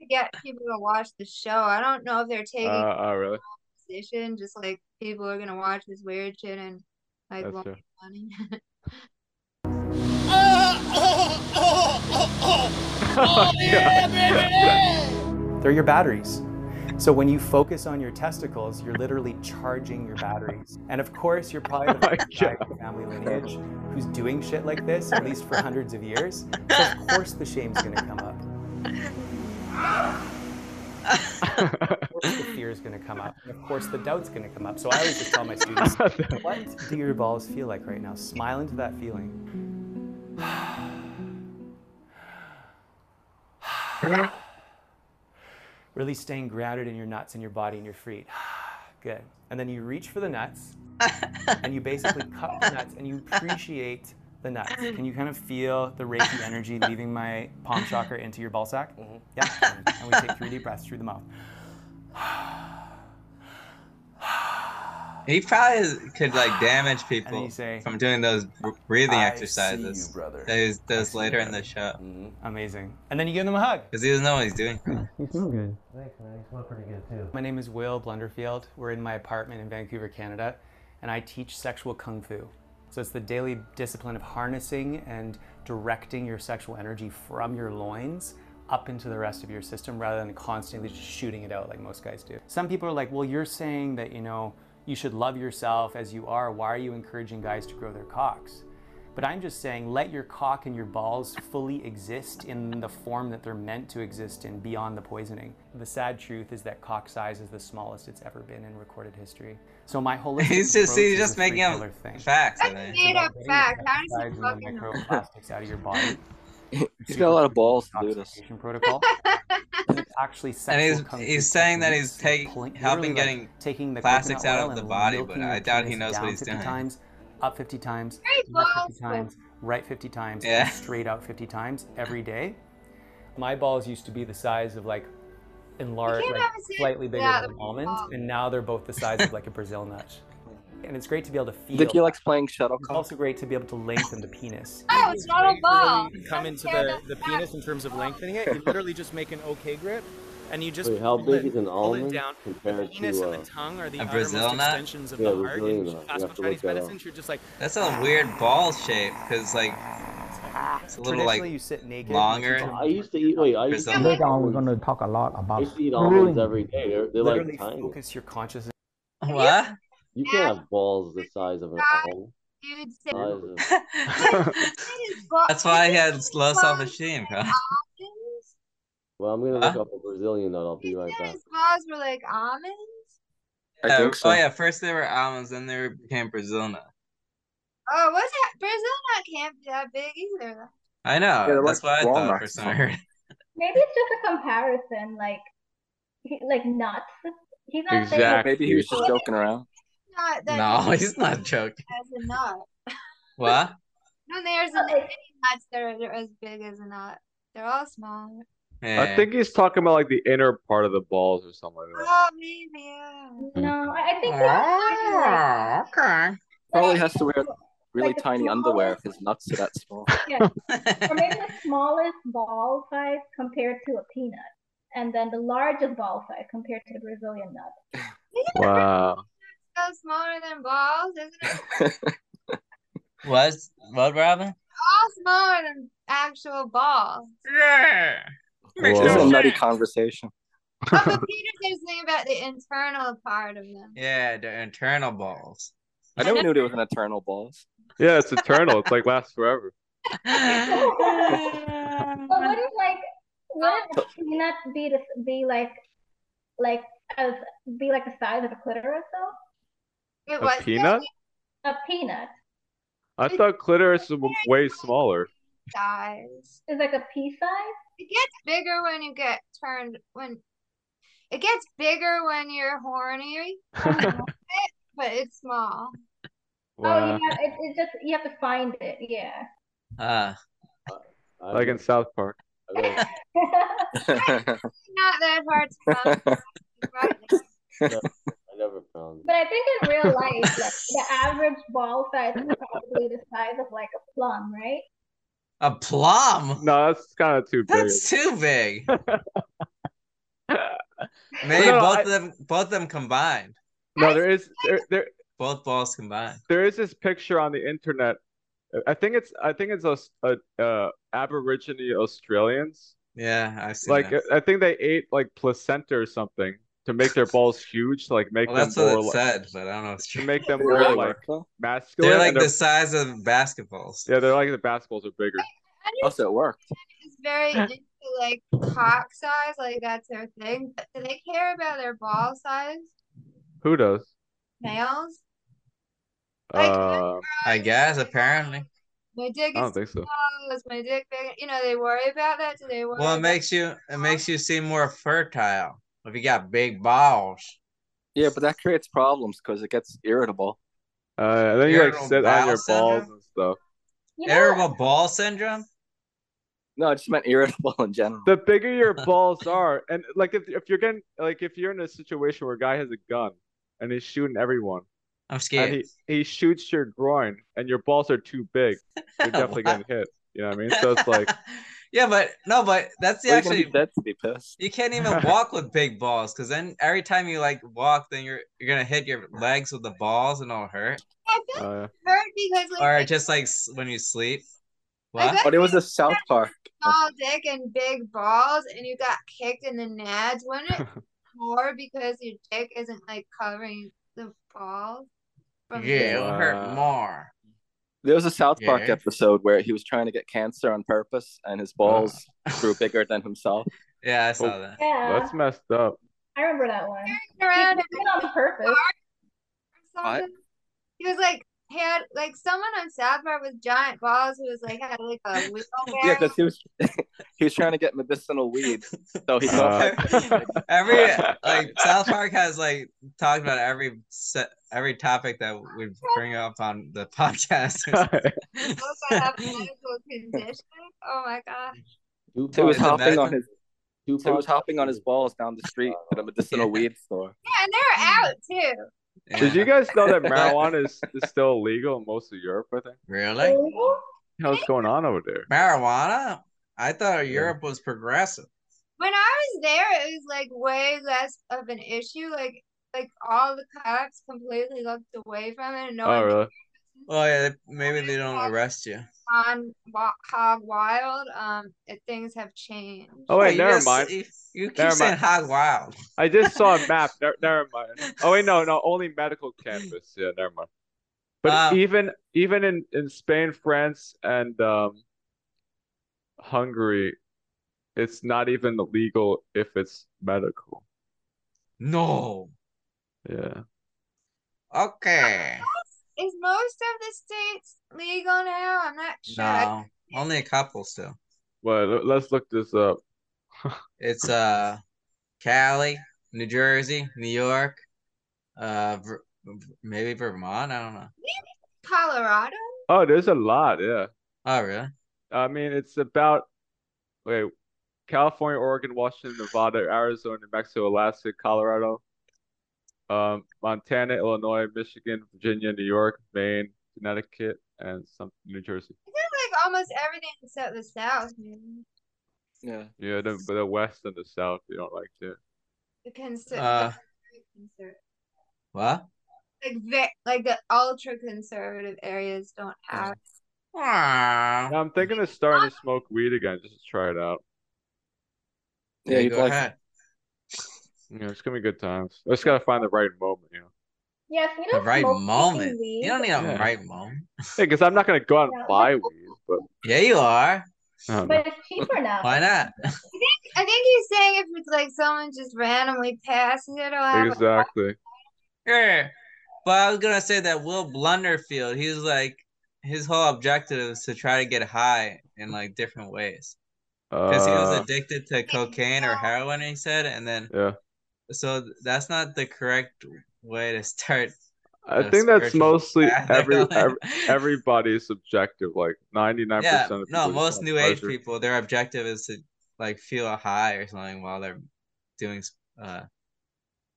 Speaker 3: to get people to watch the show. I don't know if they're taking
Speaker 2: uh, oh, really?
Speaker 3: position, just like people are gonna watch this weird shit and like
Speaker 2: That's
Speaker 3: won't
Speaker 2: true.
Speaker 3: make money.
Speaker 2: Oh, God.
Speaker 10: They're your batteries. So when you focus on your testicles, you're literally charging your batteries. And of course, you're probably the
Speaker 2: my
Speaker 10: first guy in your family lineage who's doing shit like this, at least for hundreds of years. So of course, the shame's gonna come up. Of course, the fear's gonna come up. And of course, the doubt's gonna come up. So I always just tell my students, what do your balls feel like right now? Smile into that feeling. Really staying grounded in your nuts and your body and your feet. Good. And then you reach for the nuts and you basically cup the nuts and you appreciate the nuts. Can you kind of feel the Reiki energy leaving my palm chakra into your ball sack? Yeah. And we take three deep breaths through the mouth.
Speaker 1: He probably is- could like
Speaker 10: And
Speaker 1: damage
Speaker 10: then
Speaker 1: people
Speaker 10: you say,
Speaker 1: from doing those br- breathing
Speaker 10: I see
Speaker 1: exercises
Speaker 9: you, brother.
Speaker 1: that he does
Speaker 9: see you,
Speaker 1: later in
Speaker 9: brother.
Speaker 1: the show
Speaker 9: Mhm.
Speaker 10: Mm-hmm. amazing. And then you give them a hug.
Speaker 1: because he doesn't know what he's doing.
Speaker 7: You smell good.
Speaker 10: My name is Will Blunderfield. We're in my apartment in Vancouver, Canada, and I teach sexual kung fu. So it's the daily discipline of harnessing and directing your sexual energy from your loins up into the rest of your system rather than constantly just shooting it out like most guys do. Some people are like, well, you're saying that, you know, you should love yourself as you are. Why are you encouraging guys to grow their cocks? But I'm just saying, let your cock and your balls fully exist in the form that they're meant to exist in beyond the poisoning. The sad truth is that cock size is the smallest it's ever been in recorded history. So my holistic
Speaker 1: He's just
Speaker 10: approach
Speaker 1: he's
Speaker 10: is a
Speaker 1: just making up
Speaker 10: three-pillar thing.
Speaker 1: facts. I
Speaker 3: That's
Speaker 1: think.
Speaker 3: made
Speaker 10: It's
Speaker 3: up
Speaker 10: about getting the
Speaker 3: fact. How
Speaker 10: pesticides
Speaker 3: does he
Speaker 10: and the
Speaker 3: fucking know?
Speaker 10: microplastics out of your body.
Speaker 5: He's got a lot of balls to do this.
Speaker 10: Detoxification protocol. It's actually
Speaker 1: And he's-
Speaker 10: sexual kung fu
Speaker 1: he's saying that
Speaker 10: techniques.
Speaker 1: he's taking-
Speaker 10: Pulling-
Speaker 1: helping
Speaker 10: literally,
Speaker 1: getting
Speaker 10: taking the
Speaker 1: plastics
Speaker 10: coconut
Speaker 1: out
Speaker 10: oil
Speaker 1: of the
Speaker 10: and
Speaker 1: body,
Speaker 10: milking
Speaker 1: but
Speaker 10: your
Speaker 1: I doubt he
Speaker 10: penis
Speaker 1: knows what
Speaker 10: down
Speaker 1: he's
Speaker 10: 50
Speaker 1: doing.
Speaker 10: Times, up 50 times,
Speaker 3: Great
Speaker 10: left 50
Speaker 3: balls.
Speaker 10: times, right 50 times,
Speaker 1: Yeah.
Speaker 10: and straight out 50 times every day. My balls used to be the size of like enlarged,
Speaker 3: You can't
Speaker 10: like
Speaker 3: have a serious
Speaker 10: slightly bigger
Speaker 3: without
Speaker 10: than an
Speaker 3: a
Speaker 10: almond,
Speaker 3: ball.
Speaker 10: and now they're both the size of like a Brazil nut. And it's great to be able to feel.
Speaker 5: Dickie likes playing
Speaker 10: It's
Speaker 5: shuttlecock.
Speaker 10: also great to be able to lengthen the penis.
Speaker 3: Oh, it's not a ball.
Speaker 10: Come into the, the penis in terms of lengthening it. You literally just make an okay grip, and you just
Speaker 7: Wait, how
Speaker 10: pull
Speaker 7: big
Speaker 10: it-
Speaker 7: is an
Speaker 10: pull it
Speaker 7: almond
Speaker 10: down. The
Speaker 7: compared
Speaker 10: penis
Speaker 7: to
Speaker 10: and
Speaker 7: uh,
Speaker 10: the tongue are the
Speaker 1: A Brazil
Speaker 10: outermost
Speaker 1: nut?
Speaker 10: extensions of
Speaker 7: Yeah,
Speaker 10: the heart.
Speaker 7: Brazilian
Speaker 10: In
Speaker 7: nut. You have
Speaker 10: classical
Speaker 7: to look
Speaker 10: Chinese
Speaker 7: that up.
Speaker 10: medicine, you're just like
Speaker 1: That's a weird ball shape because like it's a little
Speaker 10: traditionally you
Speaker 1: like
Speaker 10: sit naked.
Speaker 1: longer.
Speaker 10: You
Speaker 7: I used to eat. Wait, I used to
Speaker 1: Brazil.
Speaker 7: eat
Speaker 1: Later
Speaker 7: almonds.
Speaker 11: talk a lot
Speaker 7: I
Speaker 11: about
Speaker 7: used to eat almonds every day. They're, they're
Speaker 10: literally
Speaker 7: like tiny.
Speaker 10: focus your consciousness
Speaker 1: what?
Speaker 7: You can't have balls the size of an almond.
Speaker 3: Dude, say,
Speaker 7: Size of-
Speaker 1: That's why he had low self-esteem. bro.
Speaker 7: Well, I'm gonna look
Speaker 1: Huh?
Speaker 7: up a Brazilian nut. I'll be right back.
Speaker 3: His balls were like almonds.
Speaker 5: I
Speaker 1: Yeah,
Speaker 5: think so.
Speaker 1: Oh yeah, first they were almonds, then they became Brazil nut.
Speaker 3: Oh, what's that? Brazil nut can't be that big either.
Speaker 1: I
Speaker 5: they're
Speaker 1: know.
Speaker 5: like
Speaker 1: That's what I thought
Speaker 5: walnuts
Speaker 1: for
Speaker 5: or
Speaker 1: some
Speaker 5: something.
Speaker 1: reason.
Speaker 4: Maybe it's just a comparison, like he- like nuts. He's not
Speaker 2: Exact-
Speaker 5: Maybe he was just joking around.
Speaker 3: Not that
Speaker 1: No, he's not joking.
Speaker 3: as a nut.
Speaker 1: What?
Speaker 3: No, there's
Speaker 4: saying
Speaker 3: any
Speaker 4: like,
Speaker 3: nuts that are they're as big as a nut. They're all small.
Speaker 1: Yeah.
Speaker 2: I think he's talking about like the inner part of the balls or something like that.
Speaker 3: Oh, maybe. Yeah.
Speaker 4: no, I I think he
Speaker 1: Oh,
Speaker 4: was
Speaker 1: okay.
Speaker 5: Probably has to wear really
Speaker 4: Like the
Speaker 5: tiny
Speaker 4: smallest-
Speaker 5: underwear if his nuts are that small.
Speaker 4: or maybe the smallest ball size compared to a peanut, and then the largest ball size compared to the Brazilian nut.
Speaker 2: Wow.
Speaker 3: So smaller than balls, isn't it?
Speaker 1: what? What, Robin?
Speaker 3: All smaller than actual balls.
Speaker 1: Yeah.
Speaker 5: This is a nutty conversation.
Speaker 3: Oh, but Peter says something about the internal part of them.
Speaker 1: Yeah, the internal balls.
Speaker 5: I never knew there was an eternal balls.
Speaker 2: Yeah, it's eternal. It's like lasts forever.
Speaker 4: But wouldn't like wouldn't a peanut be the, be like like as be like the size of a clitoris though?
Speaker 3: It
Speaker 2: A
Speaker 3: was
Speaker 2: peanut?
Speaker 4: A peanut
Speaker 2: I thought clitoris was way smaller.
Speaker 3: size.
Speaker 4: is like a pea size.
Speaker 3: It gets bigger when you get turned when it gets bigger when you're horny, but it's small.
Speaker 4: Oh,
Speaker 2: Wow.
Speaker 4: you have, it, it just you have to find it. Yeah.
Speaker 1: Ah,
Speaker 7: I
Speaker 2: Like in South Park.
Speaker 7: I gotta-
Speaker 4: That's
Speaker 3: You not that hard to pronounce.
Speaker 7: No, I never found it.
Speaker 4: But I think in real life, like, the average ball size is probably the size of like a plum, right?
Speaker 1: A plum?
Speaker 2: No, that's kind of too big.
Speaker 1: That's too big. Maybe
Speaker 2: No,
Speaker 1: both
Speaker 2: I-
Speaker 1: of them, both of them combined,
Speaker 2: No, there is there, there
Speaker 1: both balls combined.
Speaker 2: there is this picture on the internet. I think it's I think it's Aus- uh, uh, Aborigine Australians.
Speaker 1: Yeah, I see.
Speaker 2: Like uh, I think they ate like placenta or something to make their balls huge, to, like make
Speaker 1: well,
Speaker 2: them
Speaker 1: that's what
Speaker 2: more
Speaker 1: it
Speaker 2: like
Speaker 1: said, but I don't know if it's
Speaker 2: to
Speaker 1: true.
Speaker 2: make them more
Speaker 5: Really?
Speaker 2: like masculine. and
Speaker 1: They're like
Speaker 2: their-
Speaker 1: the size of basketballs.
Speaker 2: yeah, they're like the basketballs are bigger.
Speaker 5: Also, it worked.
Speaker 3: It's very into like cock size, like that's their thing. But do they care about their ball size?
Speaker 2: Who does?
Speaker 3: Males? Like,
Speaker 2: Uh,
Speaker 1: I guess apparently.
Speaker 3: My dick
Speaker 2: I
Speaker 3: is
Speaker 2: don't think so.
Speaker 3: small, is my dick big? You know, they worry about that. Do they worry?
Speaker 1: Well, it
Speaker 3: about-
Speaker 1: makes you it makes you seem more fertile if you got big balls.
Speaker 5: Yeah, but that creates problems because it gets irritable.
Speaker 2: Uh, and then you like
Speaker 1: Irritable
Speaker 2: sit on
Speaker 1: bowel
Speaker 2: your balls
Speaker 1: syndrome?
Speaker 2: and stuff.
Speaker 4: You know,
Speaker 1: Irritable ball syndrome.
Speaker 5: No, I just meant irritable in general.
Speaker 2: The bigger your balls are, and like if if you're getting like if you're in a situation where a guy has a gun and he's shooting everyone.
Speaker 1: I'm
Speaker 2: and
Speaker 1: scared.
Speaker 2: he, he shoots your groin and your balls are too big, you're definitely
Speaker 1: What?
Speaker 2: getting hit. You know what I mean? So it's like
Speaker 1: yeah, but no, but that's the
Speaker 5: We're gonna be
Speaker 1: actually
Speaker 5: dead to be pissed.
Speaker 1: you can't even walk with big balls because then every time you like walk, then you're you're gonna hit your legs with the balls and it'll hurt.
Speaker 3: I feel
Speaker 2: uh,
Speaker 3: hurt because like
Speaker 1: Or
Speaker 3: it's
Speaker 1: just like s- when you sleep.
Speaker 3: I
Speaker 1: What?
Speaker 3: bet
Speaker 5: But it was a South Park.
Speaker 3: small dick and big balls, and you got kicked in the nads. Wouldn't it be more because your dick isn't like covering the balls? from the-
Speaker 1: Yeah, it'll hurt
Speaker 5: Wow.
Speaker 1: more.
Speaker 5: There was a South Park
Speaker 1: Yeah.
Speaker 5: episode where he was trying to get cancer on purpose, and his balls grew bigger than himself.
Speaker 1: Yeah, I saw
Speaker 2: Uh. Oh.
Speaker 1: that.
Speaker 4: yeah,
Speaker 2: that's messed up.
Speaker 4: I remember that one. He
Speaker 3: Around
Speaker 4: did it on purpose.
Speaker 3: or
Speaker 5: What?
Speaker 3: something. He was like had like someone on South Park with giant balls who was like had like a wheelbarrow.
Speaker 5: Yeah, because he was he was trying to get medicinal weed, so he
Speaker 1: Uh,
Speaker 2: Uh,
Speaker 5: thought
Speaker 1: Every like South Park has like talked about every set, every topic that we bring up on the podcast.
Speaker 3: Those that have medical condition. Oh my god.
Speaker 7: Tupac-
Speaker 5: he was hopping
Speaker 1: medical-
Speaker 5: on his he
Speaker 7: Tupac-
Speaker 5: was hopping on his balls down the street at a medicinal
Speaker 1: Oh, Yeah.
Speaker 5: weed store.
Speaker 3: Yeah, and they're
Speaker 2: Mm.
Speaker 3: out too.
Speaker 1: Yeah.
Speaker 2: Did you guys know that marijuana is, is still illegal in most of Europe? I think.
Speaker 1: really
Speaker 4: Illegal?
Speaker 2: What's going on over there?
Speaker 1: marijuana? I thought Europe was progressive.
Speaker 3: When I was there it was like way less of an issue. Like like all the cops completely looked away from it and no
Speaker 2: Oh
Speaker 3: one
Speaker 2: really?
Speaker 1: Oh yeah, maybe they don't arrest you.
Speaker 3: on wa- hog wild. Um it, things have changed.
Speaker 2: Oh wait,
Speaker 1: you
Speaker 2: never
Speaker 1: just-
Speaker 2: mind.
Speaker 1: You, you keep
Speaker 2: Never
Speaker 1: saying
Speaker 2: mind.
Speaker 1: hog wild.
Speaker 2: I just saw a map. Ne- never mind. Oh wait, no, no, only medical cannabis. Yeah, never mind. But
Speaker 1: Um,
Speaker 2: even even in in Spain, France, and um, Hungary, it's not even illegal if it's medical.
Speaker 1: No.
Speaker 2: Yeah.
Speaker 1: Okay.
Speaker 3: Is most of the states legal now? I'm not sure.
Speaker 1: No, only a couple still.
Speaker 2: Well, l- let's look this up.
Speaker 1: It's uh Cali, New Jersey, New York, uh Ver- maybe Vermont, I don't know.
Speaker 3: Colorado?
Speaker 2: Oh, there's a lot. Yeah.
Speaker 1: Oh, really?
Speaker 2: I mean, it's about wait, California, Oregon, Washington, Nevada, Arizona, New Mexico, Alaska, Colorado, um, Montana, Illinois, Michigan, Virginia, New York, Maine, Connecticut, and some New Jersey.
Speaker 3: I feel like almost everything except the South, man.
Speaker 5: Yeah,
Speaker 2: Yeah, the the West and the South, you don't like that.
Speaker 3: The conser-
Speaker 1: Uh,
Speaker 3: the conser-
Speaker 1: What?
Speaker 3: like ve- like the ultra conservative areas don't have.
Speaker 1: Wow.
Speaker 2: Now, I'm thinking of starting to smoke weed again just to try it out.
Speaker 5: yeah,
Speaker 1: you
Speaker 5: you'd
Speaker 1: go
Speaker 5: like
Speaker 1: ahead.
Speaker 2: You know, it's gonna be good times. I just gotta find the right moment, you know.
Speaker 4: Yes, you
Speaker 1: The
Speaker 4: know,
Speaker 1: right
Speaker 4: smoking
Speaker 1: moment.
Speaker 4: weed-
Speaker 1: You don't need a
Speaker 2: Yeah.
Speaker 1: right moment.
Speaker 2: Yeah, because I'm not gonna go out
Speaker 4: Yeah.
Speaker 2: and buy weed, but
Speaker 1: Yeah, you are.
Speaker 2: I don't know.
Speaker 4: but it's cheaper now.
Speaker 1: Why not?
Speaker 3: I think he's saying if it's like someone just randomly passes it, it'll have. a-
Speaker 2: Exactly.
Speaker 1: Yeah. But I was gonna say that Will Blunderfield, he's like his whole objective is to try to get high in like different ways. Because he was
Speaker 2: Uh,
Speaker 1: addicted to cocaine or heroin, he said, and then
Speaker 2: yeah.
Speaker 1: so that's not the correct way to start
Speaker 2: I
Speaker 1: a
Speaker 2: think that's
Speaker 1: spiritual
Speaker 2: mostly
Speaker 1: path.
Speaker 2: every every everybody is subjective. Like ninety nine
Speaker 1: yeah
Speaker 2: percent of people.
Speaker 1: no
Speaker 2: just
Speaker 1: most
Speaker 2: want
Speaker 1: new age
Speaker 2: pleasure.
Speaker 1: people their objective is to like feel a high or something while they're doing uh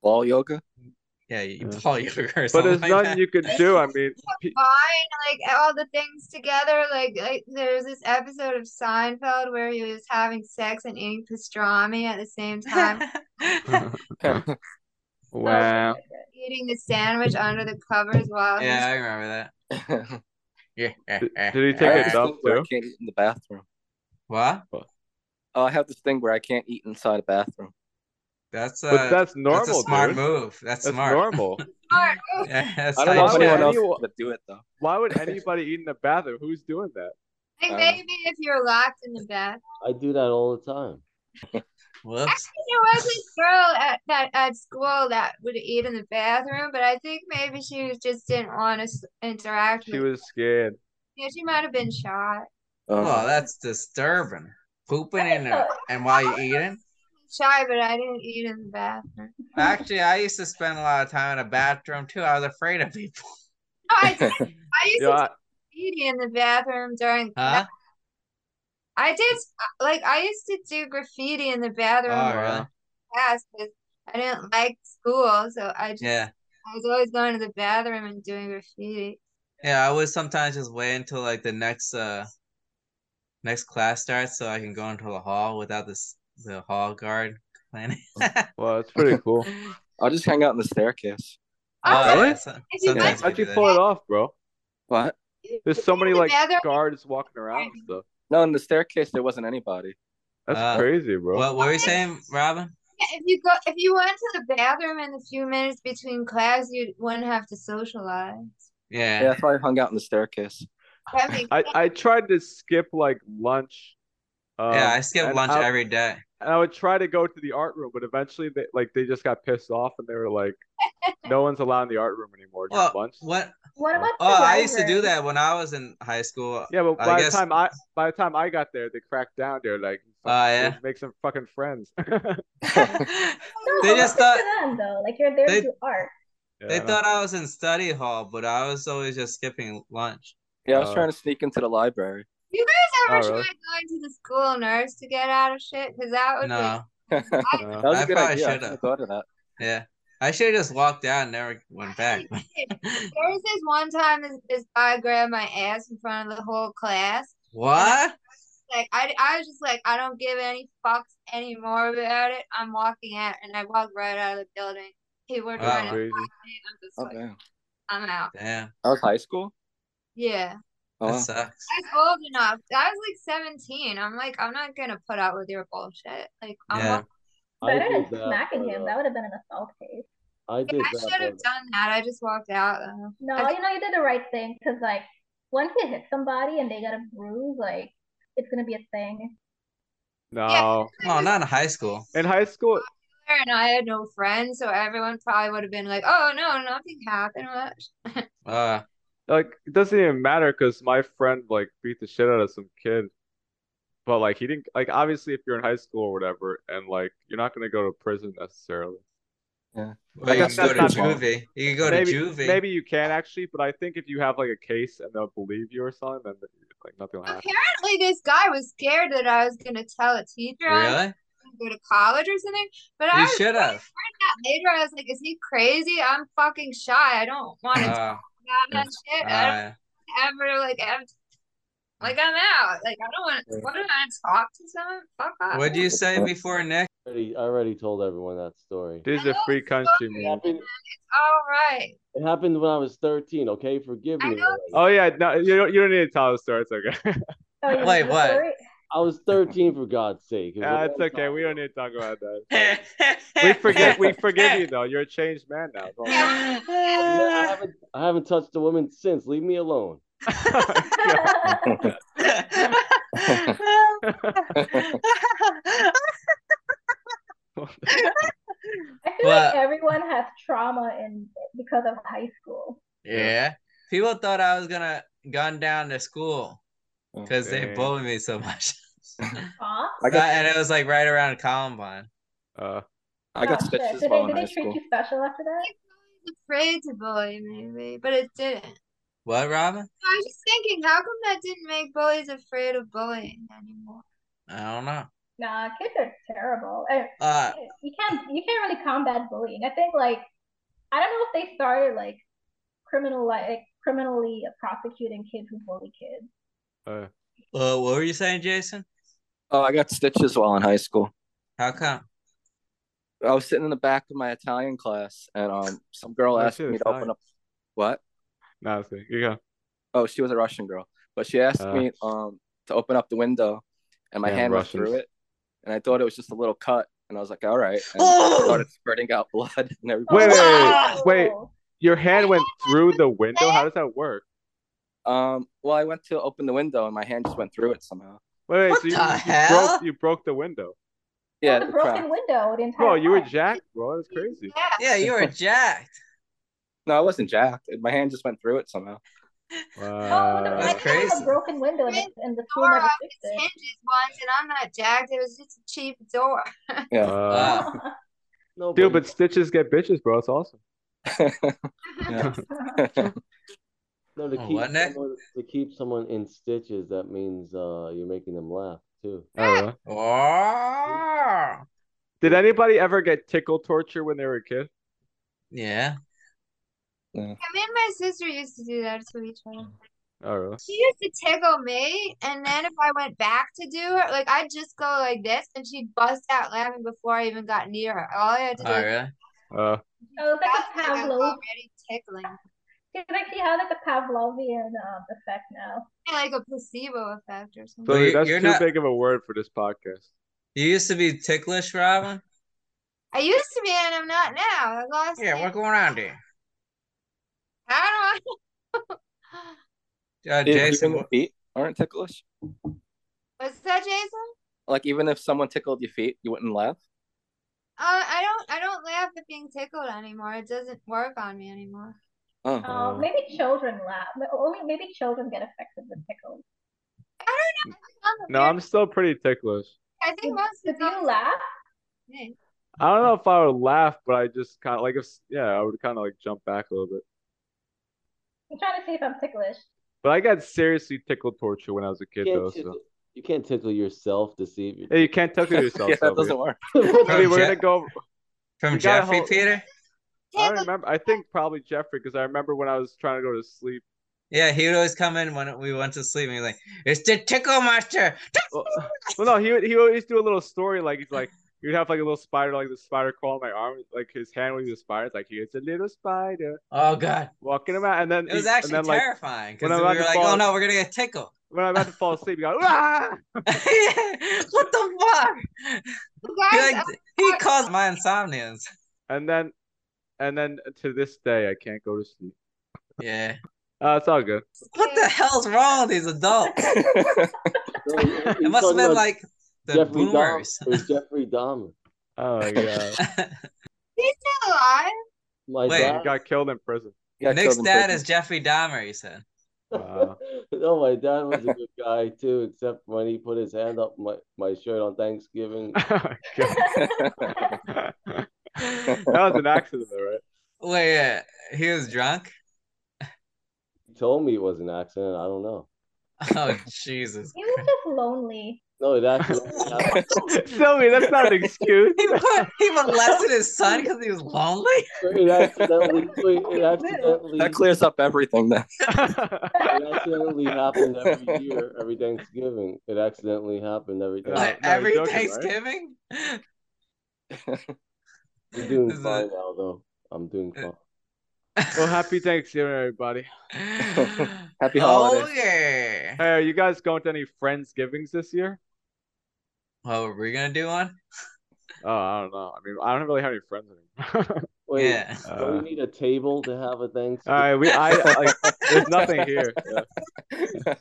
Speaker 5: ball yoga.
Speaker 1: yeah, you ball yoga or
Speaker 2: But
Speaker 1: something
Speaker 2: there's
Speaker 1: like
Speaker 2: nothing
Speaker 1: that.
Speaker 2: you could do. I mean,
Speaker 3: Vine, like all the things together. Like, like there's this episode of Seinfeld where he was having sex and eating pastrami at the same time,
Speaker 2: wow.
Speaker 3: eating the sandwich under the covers while.
Speaker 1: Yeah, I remember that. yeah.
Speaker 2: did he take a dump
Speaker 5: Where I
Speaker 2: too?
Speaker 5: can't eat in the bathroom.
Speaker 1: What?
Speaker 5: Oh, I have this thing where I can't eat inside a bathroom.
Speaker 1: That's uh,
Speaker 2: But that's normal,
Speaker 1: That's a smart
Speaker 2: dude.
Speaker 1: move. That's,
Speaker 2: That's
Speaker 1: smart.
Speaker 2: normal.
Speaker 3: Smart.
Speaker 1: Yeah, that's
Speaker 5: I don't
Speaker 1: how
Speaker 5: know
Speaker 1: you
Speaker 5: if
Speaker 1: do it.
Speaker 5: anyone else
Speaker 2: anyone-
Speaker 5: would do it though.
Speaker 2: Why would anybody eat in the bathroom? Who's doing that?
Speaker 3: Like
Speaker 5: Uh,
Speaker 3: maybe if you're locked in the bath.
Speaker 7: I do that all the time.
Speaker 1: Whoops.
Speaker 3: There was this girl at that at school that would eat in the bathroom, but I think maybe she was- just didn't want to interact
Speaker 2: She
Speaker 3: with.
Speaker 2: was scared.
Speaker 3: Yeah, she might have been shot.
Speaker 1: Oh, that's disturbing. Pooping in there and while you're eating.
Speaker 3: Shy, but I didn't eat in the bathroom.
Speaker 1: Actually, I used to spend a lot of time in a bathroom too. I was afraid of people.
Speaker 3: No, I, did. I used
Speaker 2: Yeah,
Speaker 3: to
Speaker 2: I,
Speaker 3: graffiti in the bathroom during.
Speaker 1: Huh?
Speaker 3: I did like I used to do graffiti in the bathroom
Speaker 1: Oh,
Speaker 3: in
Speaker 1: really?
Speaker 3: class because I didn't like school, so I just
Speaker 1: Yeah.
Speaker 3: I was always going to the bathroom and doing graffiti.
Speaker 1: Yeah, I would sometimes just wait until like the next uh next class starts so I can go into the hall without this the hall guard complaining.
Speaker 2: well, that's pretty cool.
Speaker 5: I'll just hang out in the staircase.
Speaker 1: Oh,
Speaker 2: really?
Speaker 1: yeah, so-
Speaker 3: If you
Speaker 1: sometimes
Speaker 2: How'd
Speaker 1: we
Speaker 2: you
Speaker 1: do
Speaker 2: pull
Speaker 1: that.
Speaker 2: it off, bro?
Speaker 5: What?
Speaker 2: There's so many
Speaker 3: in the
Speaker 2: like
Speaker 3: bathroom,
Speaker 2: guards walking around and stuff.
Speaker 5: No, in the staircase there wasn't anybody.
Speaker 2: That's
Speaker 1: Uh,
Speaker 2: crazy, bro.
Speaker 1: What, what were you saying, Robin?
Speaker 3: if you go if you went to the bathroom in the few minutes between class, you wouldn't have to socialize.
Speaker 5: Yeah,
Speaker 1: Yeah.
Speaker 5: that's why I hung out in the staircase.
Speaker 3: That makes
Speaker 2: I,
Speaker 3: sense.
Speaker 2: I tried to skip like lunch. Um,
Speaker 1: yeah, I skip
Speaker 2: and
Speaker 1: lunch
Speaker 2: I,
Speaker 1: every day.
Speaker 2: and I would try to go to the art room, but eventually they like they just got pissed off and they were like, "No one's allowed in the art room anymore during
Speaker 1: Well,
Speaker 2: lunch."
Speaker 1: what?
Speaker 4: What about the
Speaker 1: Oh, I used to do
Speaker 4: library?
Speaker 1: that when I was in high school.
Speaker 2: Yeah, but
Speaker 1: I
Speaker 2: by
Speaker 1: guess-
Speaker 2: the time I by the time I got there, they cracked down. They're like,
Speaker 1: Ah,
Speaker 2: "Fuck,
Speaker 1: yeah.
Speaker 2: let's make some fucking friends."
Speaker 4: No,
Speaker 1: They
Speaker 4: but
Speaker 1: just
Speaker 4: listen to
Speaker 1: thought-
Speaker 4: them though. Like you're there
Speaker 1: they-
Speaker 4: to do art.
Speaker 2: Yeah,
Speaker 1: They
Speaker 2: I know.
Speaker 1: thought I was in study hall, but I was always just skipping lunch.
Speaker 5: Yeah, I was
Speaker 2: Uh,
Speaker 5: trying to sneak into the library.
Speaker 3: you guys ever
Speaker 2: Oh, really?
Speaker 3: tried going to the school nurse to get out of shit? Because that would be
Speaker 1: No,
Speaker 5: that
Speaker 2: No.
Speaker 5: was
Speaker 1: Uh, I
Speaker 5: a good idea.
Speaker 1: probably
Speaker 5: I
Speaker 1: should've.
Speaker 5: should've thought of that.
Speaker 1: yeah, I should have just walked out and never went back.
Speaker 3: There was this one time this, this guy grabbed my ass in front of the whole class.
Speaker 1: what?
Speaker 3: Like I, I was just like, I don't give any fucks anymore about it. I'm walking out, and I walked right out of the building. He were trying
Speaker 2: That's
Speaker 1: Wow.
Speaker 3: to
Speaker 2: crazy.
Speaker 3: fight me. I'm just
Speaker 5: Oh,
Speaker 3: like,
Speaker 5: damn.
Speaker 3: I'm out.
Speaker 1: Damn,
Speaker 5: That was high school.
Speaker 3: Yeah,
Speaker 5: Oh,
Speaker 1: that
Speaker 5: wow.
Speaker 1: sucks.
Speaker 3: I was old enough. I was like 17. I'm like, I'm not gonna put up with your bullshit. Like, I'm
Speaker 7: Uh-huh.
Speaker 1: Yeah.
Speaker 3: walking-
Speaker 7: I
Speaker 4: Better than
Speaker 7: did that,
Speaker 4: smacking
Speaker 7: but,
Speaker 4: him.
Speaker 7: uh,
Speaker 4: That would have been an assault case.
Speaker 7: I did
Speaker 3: I
Speaker 7: that.
Speaker 3: should have
Speaker 7: but-
Speaker 3: done that. I just walked out though.
Speaker 4: No,
Speaker 3: I-
Speaker 4: you know you did the right thing because like once you hit somebody and they got a bruise, like it's gonna be a thing.
Speaker 2: No,
Speaker 1: No, not in high school.
Speaker 2: in high school,
Speaker 3: And I had no friends, so everyone probably would have been like, "Oh no, nothing happened."
Speaker 1: Uh,
Speaker 2: like it doesn't even matter because my friend like beat the shit out of some kid, but like he didn't like obviously if you're in high school or whatever, and like you're not gonna go to prison necessarily.
Speaker 1: well, you
Speaker 5: guess
Speaker 1: can go to
Speaker 5: that's not-
Speaker 1: juvie. You can go to
Speaker 2: maybe,
Speaker 1: juvie.
Speaker 2: Maybe you can actually, but I think if you have like a case and they'll believe you or something, then like nothing will happen.
Speaker 3: Apparently, this guy was scared that I was gonna tell a teacher I was
Speaker 1: Really?
Speaker 3: gonna go to college or something. But I
Speaker 1: You
Speaker 3: was
Speaker 1: should have.
Speaker 3: that later. I was like, "Is he crazy? I'm fucking shy. I don't want to talk
Speaker 1: Uh,
Speaker 3: about that shit. I
Speaker 1: uh,
Speaker 3: don't ever like ever." Like I'm out. Like I don't want. to What do I wanna talk to someone? Fuck off.
Speaker 1: what'd you say before, Nick?
Speaker 7: I already, I already told everyone that story.
Speaker 2: This is a free country,
Speaker 7: It
Speaker 2: man.
Speaker 7: happened,
Speaker 3: All right.
Speaker 7: it happened when I was 13, okay? Forgive
Speaker 3: I
Speaker 7: me.
Speaker 3: know.
Speaker 7: already.
Speaker 2: Oh yeah, no, you don't. You don't need to tell the story. It's okay.
Speaker 4: Oh, you
Speaker 1: Wait,
Speaker 4: know the
Speaker 1: what?
Speaker 4: story?
Speaker 7: I was 13, for God's sake. It was a
Speaker 2: Ah, it's
Speaker 7: long
Speaker 2: okay.
Speaker 7: time
Speaker 2: We don't need to talk about that. We
Speaker 1: we
Speaker 2: forget. We forgive you though. You're a changed man now. Don't worry.
Speaker 7: Yeah, I haven't, I haven't touched a woman since. Leave me alone.
Speaker 4: I feel
Speaker 1: Well-
Speaker 4: like everyone has trauma in because of high school.
Speaker 1: Yeah. People thought I was gonna gun down to school because they
Speaker 2: Dang.
Speaker 1: bullied me so much.
Speaker 5: I
Speaker 4: Huh?
Speaker 1: So-
Speaker 5: got
Speaker 1: and it was like right around Columbine.
Speaker 2: Uh,
Speaker 5: I got
Speaker 4: Oh, shit.
Speaker 5: stitches
Speaker 4: Did
Speaker 5: while
Speaker 4: they,
Speaker 5: in
Speaker 4: did
Speaker 5: high
Speaker 4: they
Speaker 5: school.
Speaker 4: treat you special after that?
Speaker 3: afraid to bully maybe, but it didn't.
Speaker 1: What, Robin?
Speaker 3: I was just thinking, how come that didn't make bullies afraid of bullying anymore?
Speaker 1: I don't know.
Speaker 4: Nah, kids are terrible. And
Speaker 1: Uh,
Speaker 4: Eh, you can't you can't really combat bullying. I think like I don't know if they started like criminal like criminally prosecuting kids who bully kids.
Speaker 2: Uh,
Speaker 1: uh, what were you saying, Jason?
Speaker 5: Oh, I got stitches while in high school.
Speaker 1: How come?
Speaker 5: I was sitting in the back of my Italian class, and um, some girl
Speaker 2: Oh,
Speaker 5: asked
Speaker 2: shit,
Speaker 5: me to
Speaker 2: Italian.
Speaker 5: open up. What?
Speaker 2: No, I was thinking- you go.
Speaker 5: Oh, she was a Russian girl, but she asked
Speaker 2: Uh.
Speaker 5: me um to open up the window, and my
Speaker 2: Damn
Speaker 5: hand went through
Speaker 2: Russians.
Speaker 5: it, and I thought it was just a little cut, and I was like, all right, and
Speaker 1: Oh!
Speaker 5: it started spurting out blood and everything.
Speaker 2: Wait, wait,
Speaker 1: Wow!
Speaker 2: wait. Your hand went through the window. How does that work?
Speaker 5: Um, well, I went to open the window, and my hand just went through it somehow.
Speaker 2: Wait, wait.
Speaker 1: What
Speaker 2: so you,
Speaker 1: the
Speaker 2: you
Speaker 1: hell? Oh,
Speaker 2: broke you broke the window.
Speaker 5: Yeah,
Speaker 4: the
Speaker 5: the
Speaker 4: broken
Speaker 5: crack.
Speaker 4: window the entire
Speaker 2: Bro, you were
Speaker 4: time.
Speaker 2: jacked, bro. That's crazy.
Speaker 1: Yeah, you were jacked.
Speaker 5: No, I wasn't jacked. My hand just went through it somehow.
Speaker 4: Oh, the
Speaker 2: Wow.
Speaker 1: Uh, That's
Speaker 4: black guy with
Speaker 1: crazy.
Speaker 4: a broken window and, it- and the school
Speaker 3: Door
Speaker 4: never
Speaker 3: off
Speaker 4: fixed
Speaker 3: its hinges once, and I'm not jacked. It was just a cheap door.
Speaker 5: Yeah.
Speaker 2: Wow.
Speaker 1: Wow.
Speaker 4: it.
Speaker 7: No,
Speaker 2: Dude,
Speaker 7: but
Speaker 2: but stitches get bitches, bro. It's awesome.
Speaker 5: Yeah.
Speaker 7: no, to
Speaker 1: Oh,
Speaker 7: keep
Speaker 1: wasn't it?
Speaker 7: someone, to keep someone in stitches, that means uh, you're making them laugh too.
Speaker 2: I don't know.
Speaker 1: Oh.
Speaker 2: Did anybody ever get tickle torture when they were a kid?
Speaker 1: Yeah.
Speaker 3: I mean, my sister used to do that to each other.
Speaker 2: Oh, really?
Speaker 3: She used to tickle me, and then if I went back to do her, like I'd just go like this, and she'd bust out laughing before I even got near her. All I had to do
Speaker 1: Oh,
Speaker 3: was
Speaker 1: really?
Speaker 2: Uh,
Speaker 4: So it's like a
Speaker 3: laugh, and I was
Speaker 4: Pavlov.
Speaker 3: already tickling,
Speaker 4: It's like she had like a Pavlovian um, effect now.
Speaker 3: like a placebo effect or something.
Speaker 2: so
Speaker 1: you-
Speaker 2: that's
Speaker 1: you're
Speaker 2: too
Speaker 1: not-
Speaker 2: big of a word for this podcast.
Speaker 1: You used to be ticklish, Robin?
Speaker 3: I used to be, and I'm not now. I lost.
Speaker 1: Yeah,
Speaker 3: it.
Speaker 1: what's going on there?
Speaker 3: I don't.
Speaker 1: Uh,
Speaker 5: Dude,
Speaker 1: Jason,
Speaker 5: even
Speaker 1: what-
Speaker 5: feet aren't ticklish.
Speaker 3: What's that, Jason?
Speaker 5: Like even if someone tickled your feet, you wouldn't laugh.
Speaker 3: Uh, I don't. I don't laugh at being tickled anymore. It doesn't work on me anymore.
Speaker 5: Oh,
Speaker 1: Uh-huh.
Speaker 4: Um, maybe children laugh. but Only maybe children get affected with tickles.
Speaker 3: I don't know.
Speaker 2: No, I'm still pretty ticklish.
Speaker 3: I think most
Speaker 4: Did
Speaker 3: adults
Speaker 4: you laugh?
Speaker 3: think.
Speaker 2: I don't know if I would laugh, but I just kind of like if yeah, I would kind of like jump back a little bit.
Speaker 4: I'm trying to see if I'm ticklish.
Speaker 2: But I got seriously tickle torture when I was a
Speaker 7: You
Speaker 2: kid,
Speaker 7: can't
Speaker 2: though.
Speaker 7: tickle,
Speaker 2: So
Speaker 7: you can't tickle yourself to see if you're
Speaker 2: yeah, you can't tickle yourself.
Speaker 5: yeah, that
Speaker 2: Sylvia.
Speaker 5: doesn't work.
Speaker 2: Hey, we're gonna
Speaker 1: Jack-
Speaker 2: go.
Speaker 1: from
Speaker 2: you gotta
Speaker 1: Jeffrey
Speaker 2: hold-
Speaker 1: Peter?
Speaker 2: I
Speaker 3: Tickle-
Speaker 2: remember. I think probably Jeffrey because I remember when I was trying to go to sleep.
Speaker 1: Yeah, he would always come in when we went to sleep and he's like, It's the tickle monster.
Speaker 2: Well, well, no, he would he would always do a little story like he's like he would have like a little spider like the spider crawl in my arm like his hand would be the spider it's like here's a little spider
Speaker 1: Oh god.
Speaker 2: walking him out and then
Speaker 1: It was
Speaker 2: he-
Speaker 1: actually
Speaker 2: and then, like,
Speaker 1: terrifying
Speaker 2: when
Speaker 1: because
Speaker 2: I'm
Speaker 1: we
Speaker 2: about
Speaker 1: were
Speaker 2: to
Speaker 1: like,
Speaker 2: fall-
Speaker 1: Oh no, we're gonna get tickled.
Speaker 2: when I'm about to fall asleep he goes ah
Speaker 1: what the fuck?
Speaker 3: You
Speaker 1: He,
Speaker 3: guys, uh,
Speaker 1: like, he caused my insomnias.
Speaker 2: and then and then to this day I can't go to sleep.
Speaker 1: Yeah.
Speaker 2: Uh, it's all good.
Speaker 1: What the hell's wrong with these adults?
Speaker 7: No, you- you're
Speaker 1: It must have
Speaker 7: talking
Speaker 1: been
Speaker 7: about
Speaker 1: like the
Speaker 7: Jeffrey
Speaker 1: boomers.
Speaker 7: Dahmer. It was Jeffrey Dahmer.
Speaker 2: Oh my god,
Speaker 3: he's still alive.
Speaker 7: My
Speaker 1: Wait.
Speaker 2: he
Speaker 7: dad.
Speaker 2: got killed in prison.
Speaker 5: Yeah,
Speaker 1: Nick's
Speaker 5: children
Speaker 1: dad
Speaker 5: take-
Speaker 1: is Jeffrey Dahmer, he said.
Speaker 2: Wow.
Speaker 7: No, my dad was a good guy too, except when he put his hand up my, my shirt on Thanksgiving.
Speaker 2: Oh my God. that was an accident, though, right?
Speaker 1: Wait, yeah, he was drunk?
Speaker 7: He told me it was an accident. I don't know.
Speaker 1: Oh Jesus.
Speaker 4: He was just lonely.
Speaker 7: No, it actually happened.
Speaker 2: Sylvia, that's not an excuse.
Speaker 1: He put, he molested his son because he was lonely?
Speaker 7: It accidentally, it accidentally,
Speaker 5: That clears up everything then.
Speaker 7: it accidentally happened every year, every Thanksgiving. It accidentally happened every Thanksgiving.
Speaker 2: No,
Speaker 1: Like,
Speaker 2: no, you're
Speaker 1: every
Speaker 2: joking, right?
Speaker 1: Thanksgiving?
Speaker 7: I'm doing
Speaker 1: This is-
Speaker 7: fine now, though. I'm doing fine.
Speaker 2: well, happy Thanksgiving, everybody.
Speaker 5: Happy
Speaker 1: oh
Speaker 5: holidays.
Speaker 1: yeah.
Speaker 2: Hey, are you guys going to any Friendsgivings this year?
Speaker 1: Oh, are we gonna do one?
Speaker 2: Oh, I don't know. I mean, I don't really have any friends anymore.
Speaker 7: Wait,
Speaker 1: Yeah.
Speaker 7: do
Speaker 2: Uh.
Speaker 7: we need a table to have a
Speaker 2: All
Speaker 7: Thanksgiving?
Speaker 2: right, we. I like. There's nothing here. Yeah.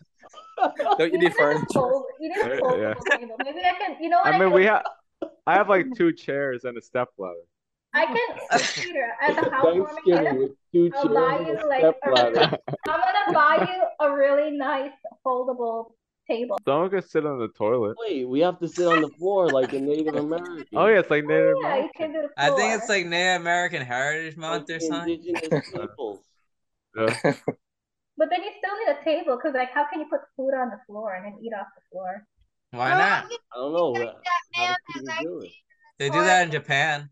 Speaker 5: Don't you
Speaker 4: He
Speaker 5: need
Speaker 4: doesn't have
Speaker 5: furniture?
Speaker 4: fold- He doesn't
Speaker 2: Yeah,
Speaker 4: fold
Speaker 2: yeah.
Speaker 4: the window. Maybe I can. You know what?
Speaker 2: I mean,
Speaker 4: can,
Speaker 2: we have. I have like two chairs and a stepladder.
Speaker 4: I can. Peter, as a housewarming
Speaker 7: Thanksgiving
Speaker 4: gift,
Speaker 7: with two
Speaker 4: I'll
Speaker 7: chairs
Speaker 4: buy
Speaker 7: and
Speaker 4: you,
Speaker 7: a
Speaker 4: like,
Speaker 7: stepladder.
Speaker 4: I'm gonna buy you a really nice foldable table.
Speaker 2: Someone could sit on the toilet.
Speaker 7: Wait, we have to sit on the floor like a Native American.
Speaker 2: Oh yeah, it's like Native
Speaker 4: Yeah, you
Speaker 2: American.
Speaker 4: can do the
Speaker 1: I think
Speaker 4: floor.
Speaker 1: it's like Native American Heritage
Speaker 7: Like
Speaker 1: Month or
Speaker 7: the
Speaker 1: something.
Speaker 7: indigenous peoples.
Speaker 2: Yeah.
Speaker 4: But then you still need a table because, like, how can you put food on the floor and then eat off the floor?
Speaker 1: Why
Speaker 7: I
Speaker 1: not?
Speaker 7: don't know. uh, How do people do it?
Speaker 1: They do that in Japan.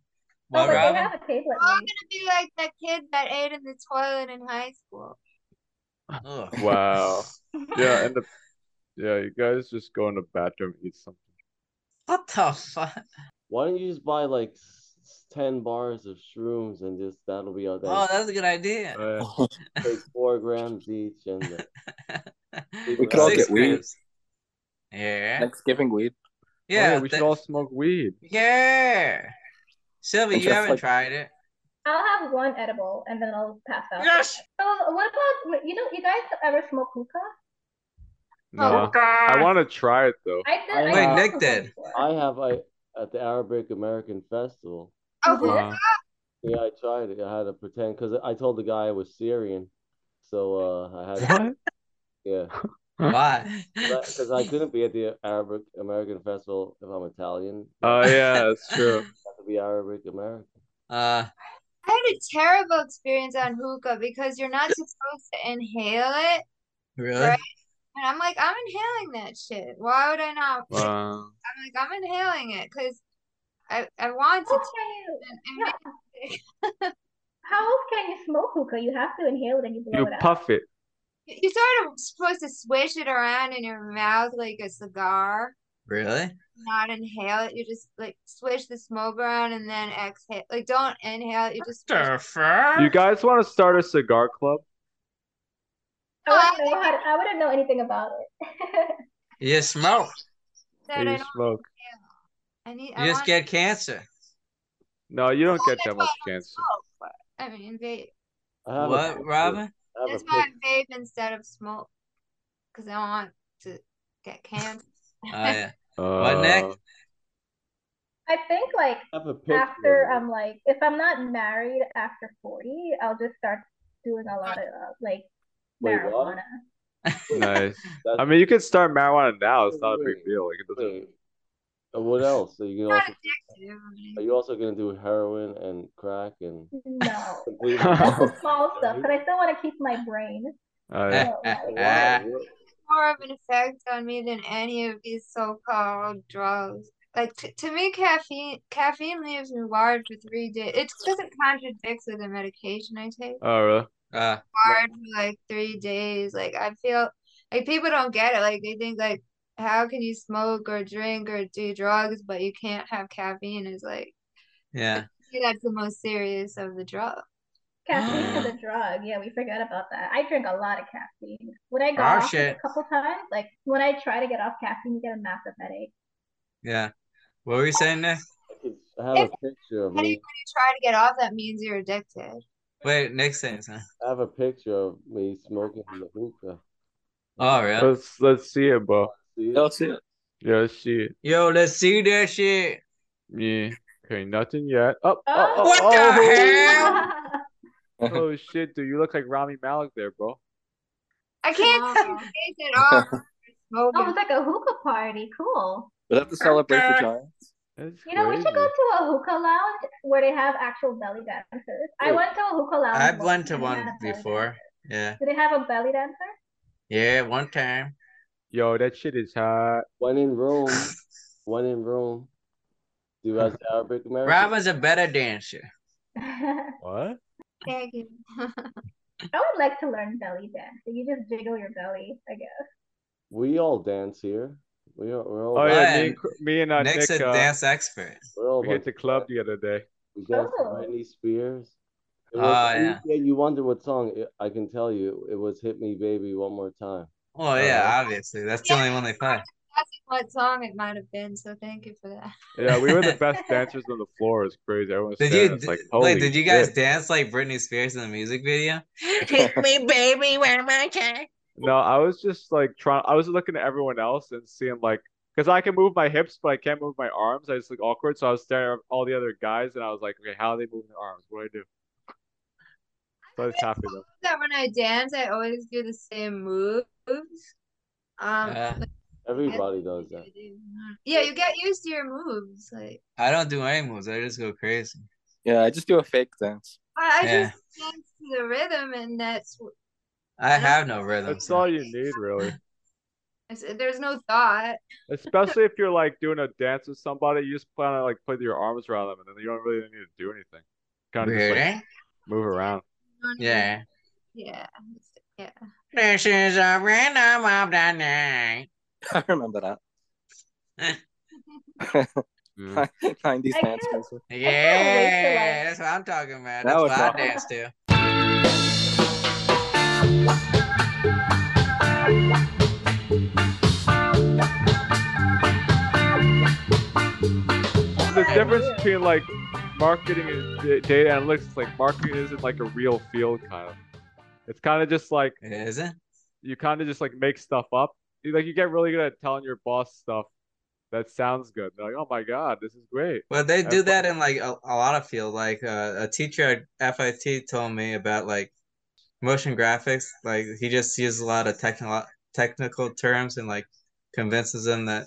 Speaker 1: Why,
Speaker 4: but
Speaker 1: Robin?
Speaker 4: they have a table
Speaker 3: Oh, I'm gonna be like that kid that ate in the toilet in high school.
Speaker 1: Ugh.
Speaker 2: Wow. Yeah, and the yeah, you guys just go in the bathroom and eat something.
Speaker 1: What the fuck?
Speaker 7: Why don't you just buy like s- s- ten bars of shrooms and just that'll be all
Speaker 1: Oh,
Speaker 7: that.
Speaker 1: that's a good idea.
Speaker 2: Uh,
Speaker 7: Take four grams each and uh,
Speaker 5: We could all
Speaker 1: Six
Speaker 5: get weed.
Speaker 1: grams. Yeah.
Speaker 5: Thanksgiving weed.
Speaker 2: oh, yeah,
Speaker 1: Yeah.
Speaker 2: we
Speaker 1: that-
Speaker 2: should all smoke weed.
Speaker 1: yeah. Sylvia,
Speaker 5: And
Speaker 1: you
Speaker 5: just
Speaker 1: haven't
Speaker 5: like-
Speaker 1: tried it.
Speaker 4: I'll have one edible and then I'll pass out.
Speaker 1: Yes.
Speaker 4: So what about you know you guys ever smoke hookah?
Speaker 3: Oh,
Speaker 4: Oh,
Speaker 2: No. I want to try it though.
Speaker 4: I did.
Speaker 7: Wait,
Speaker 4: I smoked
Speaker 1: Nick
Speaker 4: hookah
Speaker 1: did.
Speaker 4: before.
Speaker 7: I have I at the Arabic American Festival.
Speaker 3: Oh,
Speaker 2: Uh,
Speaker 7: Yeah, I tried it. I had to pretend because I told the guy I was Syrian, so uh, I had to, yeah,
Speaker 1: Why?
Speaker 7: because I couldn't be at the Arabic American Festival if I'm Italian.
Speaker 2: oh yeah, that's true.
Speaker 7: I have to be Arabic American.
Speaker 1: Uh,
Speaker 3: I had a terrible experience on hookah because you're not supposed to inhale it.
Speaker 1: really?
Speaker 3: Right? And I'm like, I'm inhaling that shit. Why would I not?
Speaker 2: Wow.
Speaker 3: I'm like, I'm inhaling it because I, I want to.
Speaker 4: How
Speaker 3: t-
Speaker 4: can you-
Speaker 3: and- and
Speaker 4: yeah. How else can you smoke hookah? You have to inhale it and you blow
Speaker 2: You
Speaker 4: it out.
Speaker 2: puff it.
Speaker 3: you- You're sort of supposed to swish it around in your mouth like a cigar,
Speaker 1: Really?
Speaker 3: not inhale it. You just like swish the smoke around and then exhale. Like, don't inhale it. You just swish
Speaker 1: The fuck?
Speaker 2: You guys want to start a cigar club?
Speaker 4: I wouldn't know how to- I wouldn't know anything about it.
Speaker 1: You smoke.
Speaker 3: that. I,
Speaker 2: Or you
Speaker 3: don't,
Speaker 2: smoke?
Speaker 3: I need.
Speaker 1: You
Speaker 3: I
Speaker 1: just
Speaker 3: want
Speaker 1: get cancer.
Speaker 2: No, you don't get that much cancer.
Speaker 3: smoke, but I mean, vape.
Speaker 7: I have a
Speaker 1: What,
Speaker 7: picture. I
Speaker 1: Robin?
Speaker 7: have a
Speaker 3: That's why
Speaker 7: picture.
Speaker 3: I vape instead of smoke because I don't want to get cancer.
Speaker 1: Oh, yeah.
Speaker 2: Uh,
Speaker 1: Nick?
Speaker 4: I think like
Speaker 7: I have a picture.
Speaker 4: after
Speaker 7: of it.
Speaker 4: I'm like if I'm not married after 40, I'll just start doing a lot of uh, like
Speaker 7: Wait, what?
Speaker 4: marijuana.
Speaker 2: Nice.
Speaker 7: That's-
Speaker 2: I mean, you could start marijuana now. It's not a big deal. Like it doesn't.
Speaker 7: wait. And what else? So you can
Speaker 3: Not
Speaker 7: also
Speaker 3: addicted, everybody.
Speaker 7: are you also gonna do heroin and crack and
Speaker 4: No.
Speaker 7: complete?
Speaker 4: That's the small stuff, but I still want to keep Oh, my brain.
Speaker 2: Uh,
Speaker 4: So, like,
Speaker 1: Ah.
Speaker 7: Wow,
Speaker 3: more of an effect on me than any of these so-called drugs. Like t- to me, caffeine caffeine leaves me wired for three days. It doesn't contradict with the medication I take.
Speaker 2: oh, really?
Speaker 1: Uh,
Speaker 3: Wired for like three days. Like I feel like people don't get it. Like they think like how can you smoke or drink or do drugs but you can't have caffeine? Is like
Speaker 1: yeah.
Speaker 3: to me, that's the most serious of the drugs.
Speaker 4: Caffeine is a drug. Yeah, we forgot about that. I drink a lot of caffeine. When I
Speaker 1: Oh,
Speaker 4: got off it
Speaker 1: shit.
Speaker 4: a couple times, like when I try to get off caffeine, you get a massive headache.
Speaker 1: Yeah. What were you saying, Nick?
Speaker 7: I have a picture of me.
Speaker 3: How do you, when you try to get off, that means you're addicted.
Speaker 1: Wait, Nick's saying something.
Speaker 7: I have a picture of me smoking the hookah.
Speaker 1: Oh, really?
Speaker 2: Let's let's see it, bro.
Speaker 7: See it?
Speaker 5: Don't see it.
Speaker 2: Yeah, let's see it.
Speaker 1: Yo, let's see that shit.
Speaker 2: Yeah. Okay, nothing yet. Oh, oh, oh,
Speaker 1: What the
Speaker 2: oh,
Speaker 1: hell?
Speaker 2: oh shit, dude, you look like Rami Malik there, bro.
Speaker 3: I can't see
Speaker 4: Wow.
Speaker 3: his face at all. when I'm
Speaker 4: Oh,
Speaker 3: smoking.
Speaker 4: it's like a hookah party. Cool.
Speaker 5: We'll have to celebrate the
Speaker 7: oh.
Speaker 5: Giants.
Speaker 2: That's
Speaker 4: You know, we should
Speaker 2: crazy.
Speaker 4: go to a hookah lounge where they have actual belly dancers. I
Speaker 7: Ooh.
Speaker 4: went to a hookah lounge.
Speaker 1: I've
Speaker 4: once
Speaker 1: went to
Speaker 4: and they had
Speaker 1: one
Speaker 4: a belly
Speaker 1: before.
Speaker 4: dancer.
Speaker 1: Yeah.
Speaker 4: Do they have a belly dancer?
Speaker 1: Yeah, one time.
Speaker 2: Yo, that shit is hot.
Speaker 7: When in Rome, when in Rome, do as the Arabic American.
Speaker 1: Robin's a better dancer.
Speaker 4: I
Speaker 2: What?
Speaker 3: Thank you.
Speaker 4: would like to learn belly dance. So you just jiggle your belly, I guess.
Speaker 7: We all dance here. We are. We're all.
Speaker 2: Oh yeah,
Speaker 1: What?
Speaker 2: me and, Cr- me and uh,
Speaker 1: Nick's
Speaker 2: Nick.
Speaker 1: a
Speaker 2: Uh,
Speaker 1: dance expert.
Speaker 7: We're all.
Speaker 2: we get
Speaker 7: bunch
Speaker 2: to
Speaker 7: of
Speaker 2: club
Speaker 7: guys.
Speaker 2: the other day.
Speaker 7: We danced to
Speaker 4: Oh.
Speaker 7: Britney Spears. It
Speaker 1: Oh,
Speaker 7: was,
Speaker 1: yeah.
Speaker 7: yeah, you wonder what song? It, I can tell you, it was "Hit Me, Baby, One More Time."
Speaker 1: Oh
Speaker 2: Uh,
Speaker 1: yeah, obviously. That's the only one they play.
Speaker 3: asking what song it might have been, so thank you for that.
Speaker 2: Yeah, we were the best dancers on the floor. It's crazy. Everyone was
Speaker 1: Did
Speaker 2: staring
Speaker 1: you
Speaker 2: at us like, holy
Speaker 1: wait? Did you guys
Speaker 2: shit.
Speaker 1: dance like Britney Spears in the music video?
Speaker 5: Hit
Speaker 1: me, baby, where my time?
Speaker 2: No, I was just like trying. I was looking at everyone else and seeing like, because I can move my hips, but I can't move my arms. I just look awkward. So I was staring at all the other guys, and I was like, okay, how are they moving their arms? What do I do? So I was copying them.
Speaker 3: That when I dance, I always do the same moves. Um,
Speaker 1: Uh,
Speaker 3: like,
Speaker 7: Everybody does that.
Speaker 3: yeah, you get used to your moves. Like
Speaker 1: I don't do any moves. I just go crazy.
Speaker 5: Yeah, I just do a fake dance.
Speaker 3: I, I
Speaker 1: Yeah.
Speaker 3: just dance to the rhythm, and that's
Speaker 1: I have no rhythm.
Speaker 2: That's
Speaker 1: so-
Speaker 2: all you need, really.
Speaker 3: It's, there's no thought.
Speaker 2: Especially if you're like doing a dance with somebody, you just plan on like put your arms around them, and then you don't really need to do anything. Kind of just
Speaker 1: Weird,
Speaker 2: like move around.
Speaker 1: Yeah.
Speaker 3: Yeah. it's- Yeah.
Speaker 1: This is a random of the night.
Speaker 5: I remember that.
Speaker 2: Mm.
Speaker 5: 90s
Speaker 4: I
Speaker 5: dance
Speaker 4: can't-
Speaker 5: music.
Speaker 1: Yeah, that's what I'm talking
Speaker 5: That
Speaker 1: about. That's
Speaker 5: was
Speaker 1: what I
Speaker 5: awesome.
Speaker 1: dance to.
Speaker 2: The difference between like marketing and d- data analytics, like marketing isn't like a real field kind of. It's kind of just like
Speaker 1: It isn't?
Speaker 2: you kind of just like make stuff up. You, like you get really good at telling your boss stuff that sounds good. They're like, oh my god, this is great.
Speaker 1: Well, they
Speaker 2: That's
Speaker 1: do
Speaker 2: what-
Speaker 1: that in like a, a lot of field. Like uh, a teacher at FIT told me about like motion graphics. Like he just uses a lot of technical technical terms and like convinces them that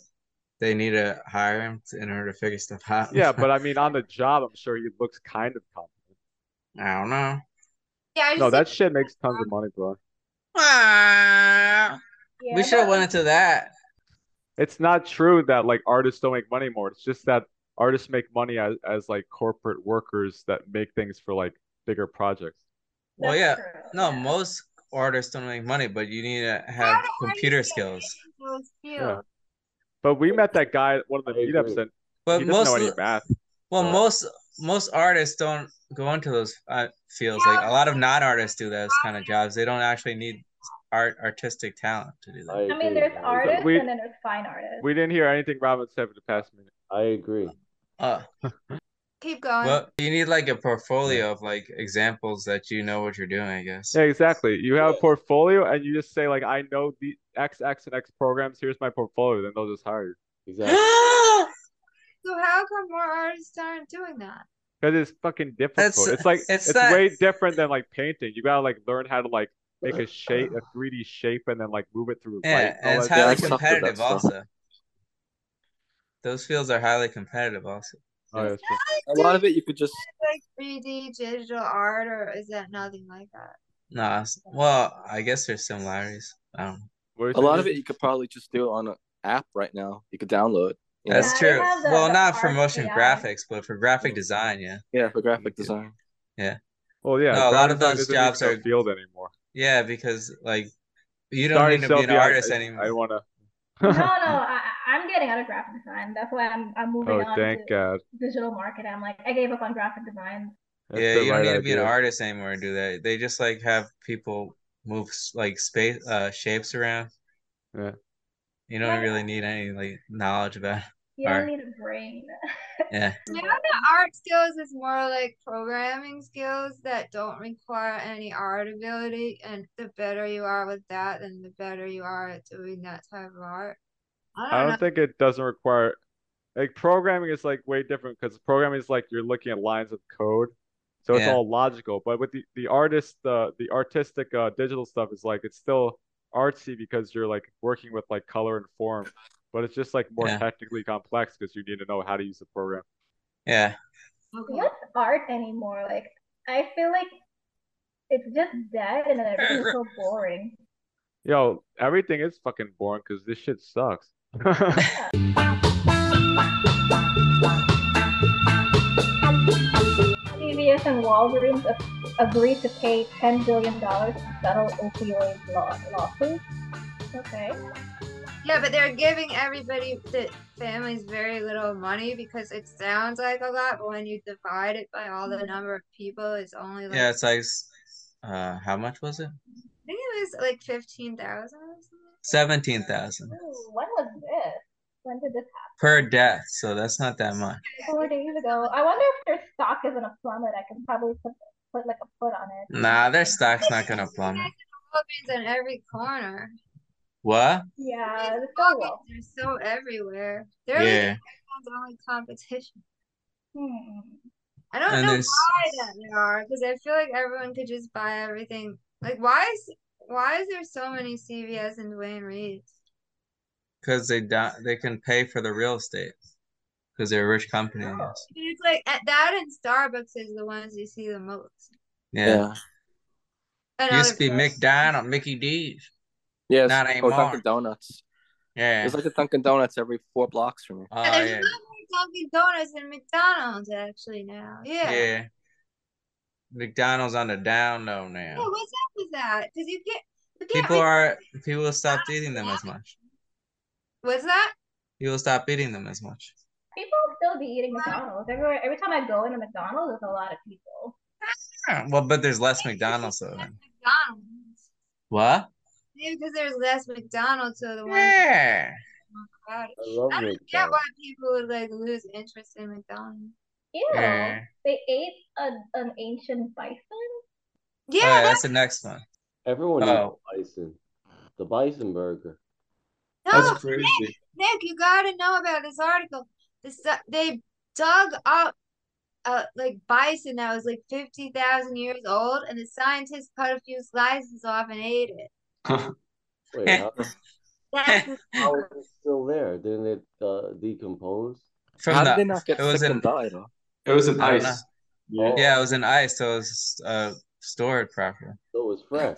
Speaker 1: they need to hire him to, in order to figure stuff out.
Speaker 2: Yeah, but I mean, on the job, I'm sure he looks kind of competent.
Speaker 1: I don't know.
Speaker 3: Yeah. I just
Speaker 2: No,
Speaker 3: think-
Speaker 2: that shit makes tons of money, bro.
Speaker 1: Ah,
Speaker 4: Yeah,
Speaker 1: we should have
Speaker 4: that-
Speaker 1: went into that.
Speaker 2: It's not true that like artists don't make money more. It's just that artists make money as, as like corporate workers that make things for like bigger projects.
Speaker 1: Well, yeah.
Speaker 4: that's true.
Speaker 1: No,
Speaker 4: Yeah.
Speaker 1: most artists don't make money, but you need to
Speaker 3: How
Speaker 1: have
Speaker 3: do I
Speaker 1: computer
Speaker 3: get
Speaker 1: skills.
Speaker 3: those skills?
Speaker 2: Yeah.
Speaker 1: Oh,
Speaker 2: But we met that guy at one of the
Speaker 7: I agree.
Speaker 2: meetups and
Speaker 1: But
Speaker 2: he doesn't
Speaker 1: most
Speaker 2: know
Speaker 1: of
Speaker 2: any
Speaker 1: the-
Speaker 2: math.
Speaker 1: Well,
Speaker 2: Uh,
Speaker 1: most most artists don't go into those uh, fields. Like a lot of non-artists do those kind of jobs. They don't actually need art artistic talent to do that.
Speaker 7: I
Speaker 4: I mean,
Speaker 7: agree.
Speaker 4: there's
Speaker 7: I agree.
Speaker 4: artists
Speaker 2: We-
Speaker 4: and then there's fine artists.
Speaker 2: We didn't hear anything Robin said for the past minute.
Speaker 7: I agree.
Speaker 1: Uh,
Speaker 3: Keep going.
Speaker 1: well, you need like a portfolio of like examples that you know what you're doing. I guess.
Speaker 2: Yeah, exactly. You have a
Speaker 7: Yeah.
Speaker 2: portfolio and you just say like, I know the X, X, and X programs. Here's my portfolio. Then they'll just hire you
Speaker 7: Exactly.
Speaker 3: so how come more artists aren't doing that?
Speaker 2: because it's fucking difficult.
Speaker 1: It's-
Speaker 2: it's like
Speaker 1: it's
Speaker 2: it's,
Speaker 1: not-
Speaker 2: way different than like painting. You gotta like learn how to like make a shape, a 3D shape, and then like oh, move it through light.
Speaker 1: Uh, yeah,
Speaker 2: and all
Speaker 1: and it's
Speaker 2: that
Speaker 5: how-
Speaker 1: highly
Speaker 5: that's tough, but
Speaker 1: competitive
Speaker 5: that's tough.
Speaker 1: also. Those fields are highly competitive also.
Speaker 2: shit. Oh, yeah, it's just-
Speaker 5: A lot of it you could just
Speaker 3: Like 3D digital art, or is that nothing like that?
Speaker 1: No, it's- well, I guess there's similarities. I don't know.
Speaker 2: what is
Speaker 5: a lot of it you could probably just do on an app right now. You could download. you know?
Speaker 1: That's
Speaker 4: Yeah, they
Speaker 1: true.
Speaker 4: have the-
Speaker 1: Well,
Speaker 4: the
Speaker 1: not for
Speaker 4: art
Speaker 1: motion
Speaker 4: AI.
Speaker 1: graphics, but for graphic design, yeah.
Speaker 5: yeah, for graphic design.
Speaker 2: Well, yeah,
Speaker 1: No, a lot
Speaker 2: graphic
Speaker 1: of those
Speaker 2: design isn't
Speaker 1: jobs
Speaker 2: even a
Speaker 1: are-
Speaker 2: field anymore.
Speaker 1: Yeah, because like you don't
Speaker 2: Sorry,
Speaker 1: need to be an
Speaker 2: Sophie, I-
Speaker 1: artist
Speaker 2: I,
Speaker 1: anymore.
Speaker 2: I wanna.
Speaker 4: No, no, I, I- I'm getting out of graphic design. That's why I'm I'm moving
Speaker 2: oh,
Speaker 4: on
Speaker 2: thank
Speaker 4: to
Speaker 2: God.
Speaker 4: digital marketing. I'm like, I gave up on graphic design.
Speaker 2: That's
Speaker 1: yeah,
Speaker 2: the
Speaker 1: you don't
Speaker 2: right
Speaker 1: need to be an
Speaker 2: idea.
Speaker 1: artist anymore to do that. They just like have people move s- like space uh shapes around.
Speaker 2: Yeah.
Speaker 1: You don't
Speaker 4: Yeah.
Speaker 1: really need any like knowledge about it.
Speaker 4: You don't
Speaker 1: Art.
Speaker 4: need a brain.
Speaker 1: Yeah.
Speaker 3: Maybe the art skills is more like programming skills that don't require any art ability, and the better you are with that, then the better you are at doing that type of art. I don't,
Speaker 2: I
Speaker 3: know.
Speaker 2: don't think it doesn't require like programming is like way different because programming is like you're looking at lines of code, so it's
Speaker 1: Yeah.
Speaker 2: all logical. But with the the artist, the the artistic uh, digital stuff is like it's still artsy because you're like working with like color and form, but it's just like more
Speaker 1: Yeah.
Speaker 2: technically complex because you need to know how to use the program.
Speaker 1: Yeah.
Speaker 3: Okay.
Speaker 4: What's art anymore? Like, I feel like it's just dead and everything's so boring.
Speaker 2: Yo, everything is fucking boring because this shit sucks.
Speaker 4: CVS and Walgreens a- agreed to pay ten billion dollars to settle opioid law- lawsuits. Okay.
Speaker 3: Yeah, but they're giving everybody the families very little money because it sounds like a lot, but when you divide it by all
Speaker 4: Mm-hmm.
Speaker 3: the number of people, it's only like
Speaker 1: Yeah, it's like s- uh how much was it?
Speaker 3: I think it was like fifteen thousand or something.
Speaker 1: Seventeen thousand
Speaker 4: Ooh, when was this? When did this
Speaker 1: per death, so that's not that much.
Speaker 4: happen? Four days ago. I wonder if their stock is in a plummet. I can probably put, put like a foot on it.
Speaker 1: Nah, their stock's not gonna plummet.
Speaker 3: Walgreens on every corner.
Speaker 1: What?
Speaker 4: Yeah,
Speaker 3: These
Speaker 4: it's so well.
Speaker 3: Walgreens are so everywhere. They're like
Speaker 1: Yeah.
Speaker 3: Amazon's only competition.
Speaker 4: Hmm.
Speaker 3: I don't
Speaker 1: And
Speaker 3: know
Speaker 1: then s-
Speaker 3: why that they are because I feel like everyone could just buy everything. Like why is why is there so many CVS and Dwayne Reeds?
Speaker 1: Because they don't, they can pay for the real estate because they're a rich company. I guess.
Speaker 3: Dude, It's like at that and Starbucks is the ones you see the most.
Speaker 1: Yeah.
Speaker 3: And
Speaker 1: Used
Speaker 3: other
Speaker 1: to be
Speaker 3: places.
Speaker 1: McDonald, Mickey D's.
Speaker 5: Yes. Oh,
Speaker 1: Not
Speaker 5: Or Dunkin'
Speaker 1: anymore.
Speaker 5: Donuts.
Speaker 1: Yeah.
Speaker 5: It's like the Dunkin' Donuts every four blocks from me.
Speaker 1: Oh,
Speaker 3: There's a lot more Dunkin' Donuts than McDonald's actually now. Yeah. yeah.
Speaker 1: Yeah. McDonald's on the down low now.
Speaker 3: What's up with that? Because you can't. You can't
Speaker 1: People
Speaker 3: make-
Speaker 1: are people stopped eating them as much.
Speaker 3: What's that?
Speaker 1: People stop eating them as much.
Speaker 4: People still be eating McDonald's. Everywhere, every time I go into McDonald's, there's a lot of people.
Speaker 1: Yeah, Well, but there's less McDonald's though. then.
Speaker 3: McDonald's.
Speaker 1: What?
Speaker 3: Maybe because there's less McDonald's, so the ones
Speaker 1: Yeah.
Speaker 3: crowded.
Speaker 7: I love
Speaker 3: I don't get
Speaker 7: McDonald's.
Speaker 3: why people would like lose interest in McDonald's.
Speaker 4: Ew.
Speaker 1: Yeah.
Speaker 4: They ate a, an ancient bison?
Speaker 1: Oh,
Speaker 3: Yeah,
Speaker 1: yeah,
Speaker 3: that's,
Speaker 1: that's the next one.
Speaker 7: Everyone
Speaker 1: Oh.
Speaker 7: eats bison. The bison burger.
Speaker 3: no, Nick, Nick, you gotta know about this article. This uh, they dug up uh like bison that was like fifty thousand years old, and the scientists cut a few slices off and ate it.
Speaker 7: Wait, how
Speaker 3: That's the
Speaker 7: how is it still there? Didn't it uh, decompose?
Speaker 1: From
Speaker 5: How
Speaker 1: the-
Speaker 5: did they not get
Speaker 1: it was
Speaker 5: sick
Speaker 1: in-
Speaker 5: and die though?
Speaker 2: It was an
Speaker 1: I don't
Speaker 2: ice.
Speaker 7: Oh,
Speaker 1: Yeah, it was in ice, so it was uh, stored properly.
Speaker 7: so it was fresh.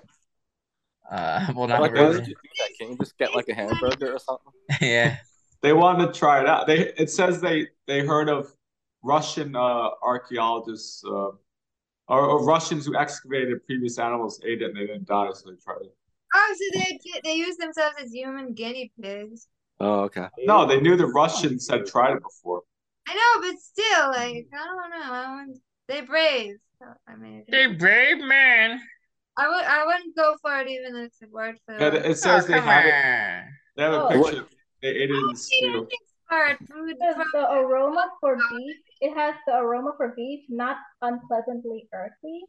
Speaker 1: Uh, well,
Speaker 5: Like,
Speaker 1: not
Speaker 5: why would
Speaker 1: really.
Speaker 5: you do that? Can you just get like a hamburger or something?
Speaker 1: yeah.
Speaker 2: They wanted to try it out. They it says they they heard of Russian uh, archaeologists uh, or, or Russians who excavated previous animals ate it and they didn't die, so they tried it.
Speaker 3: oh, so they did- they use themselves as human guinea pigs.
Speaker 5: Oh, okay.
Speaker 2: No, they knew the Russians had tried it before.
Speaker 3: I know, but still, like I don't know. I wouldn't, they brave. So, I mean,
Speaker 1: They brave man.
Speaker 3: I would I wouldn't go for it even if it worked for.
Speaker 2: Yeah,
Speaker 3: them.
Speaker 2: it says they have it. They have a
Speaker 4: Oh.
Speaker 2: picture. They ate it in the
Speaker 3: They don't
Speaker 2: stew.
Speaker 3: think hard food.
Speaker 4: The, the aroma for beef, it has the aroma for beef, not unpleasantly earthy,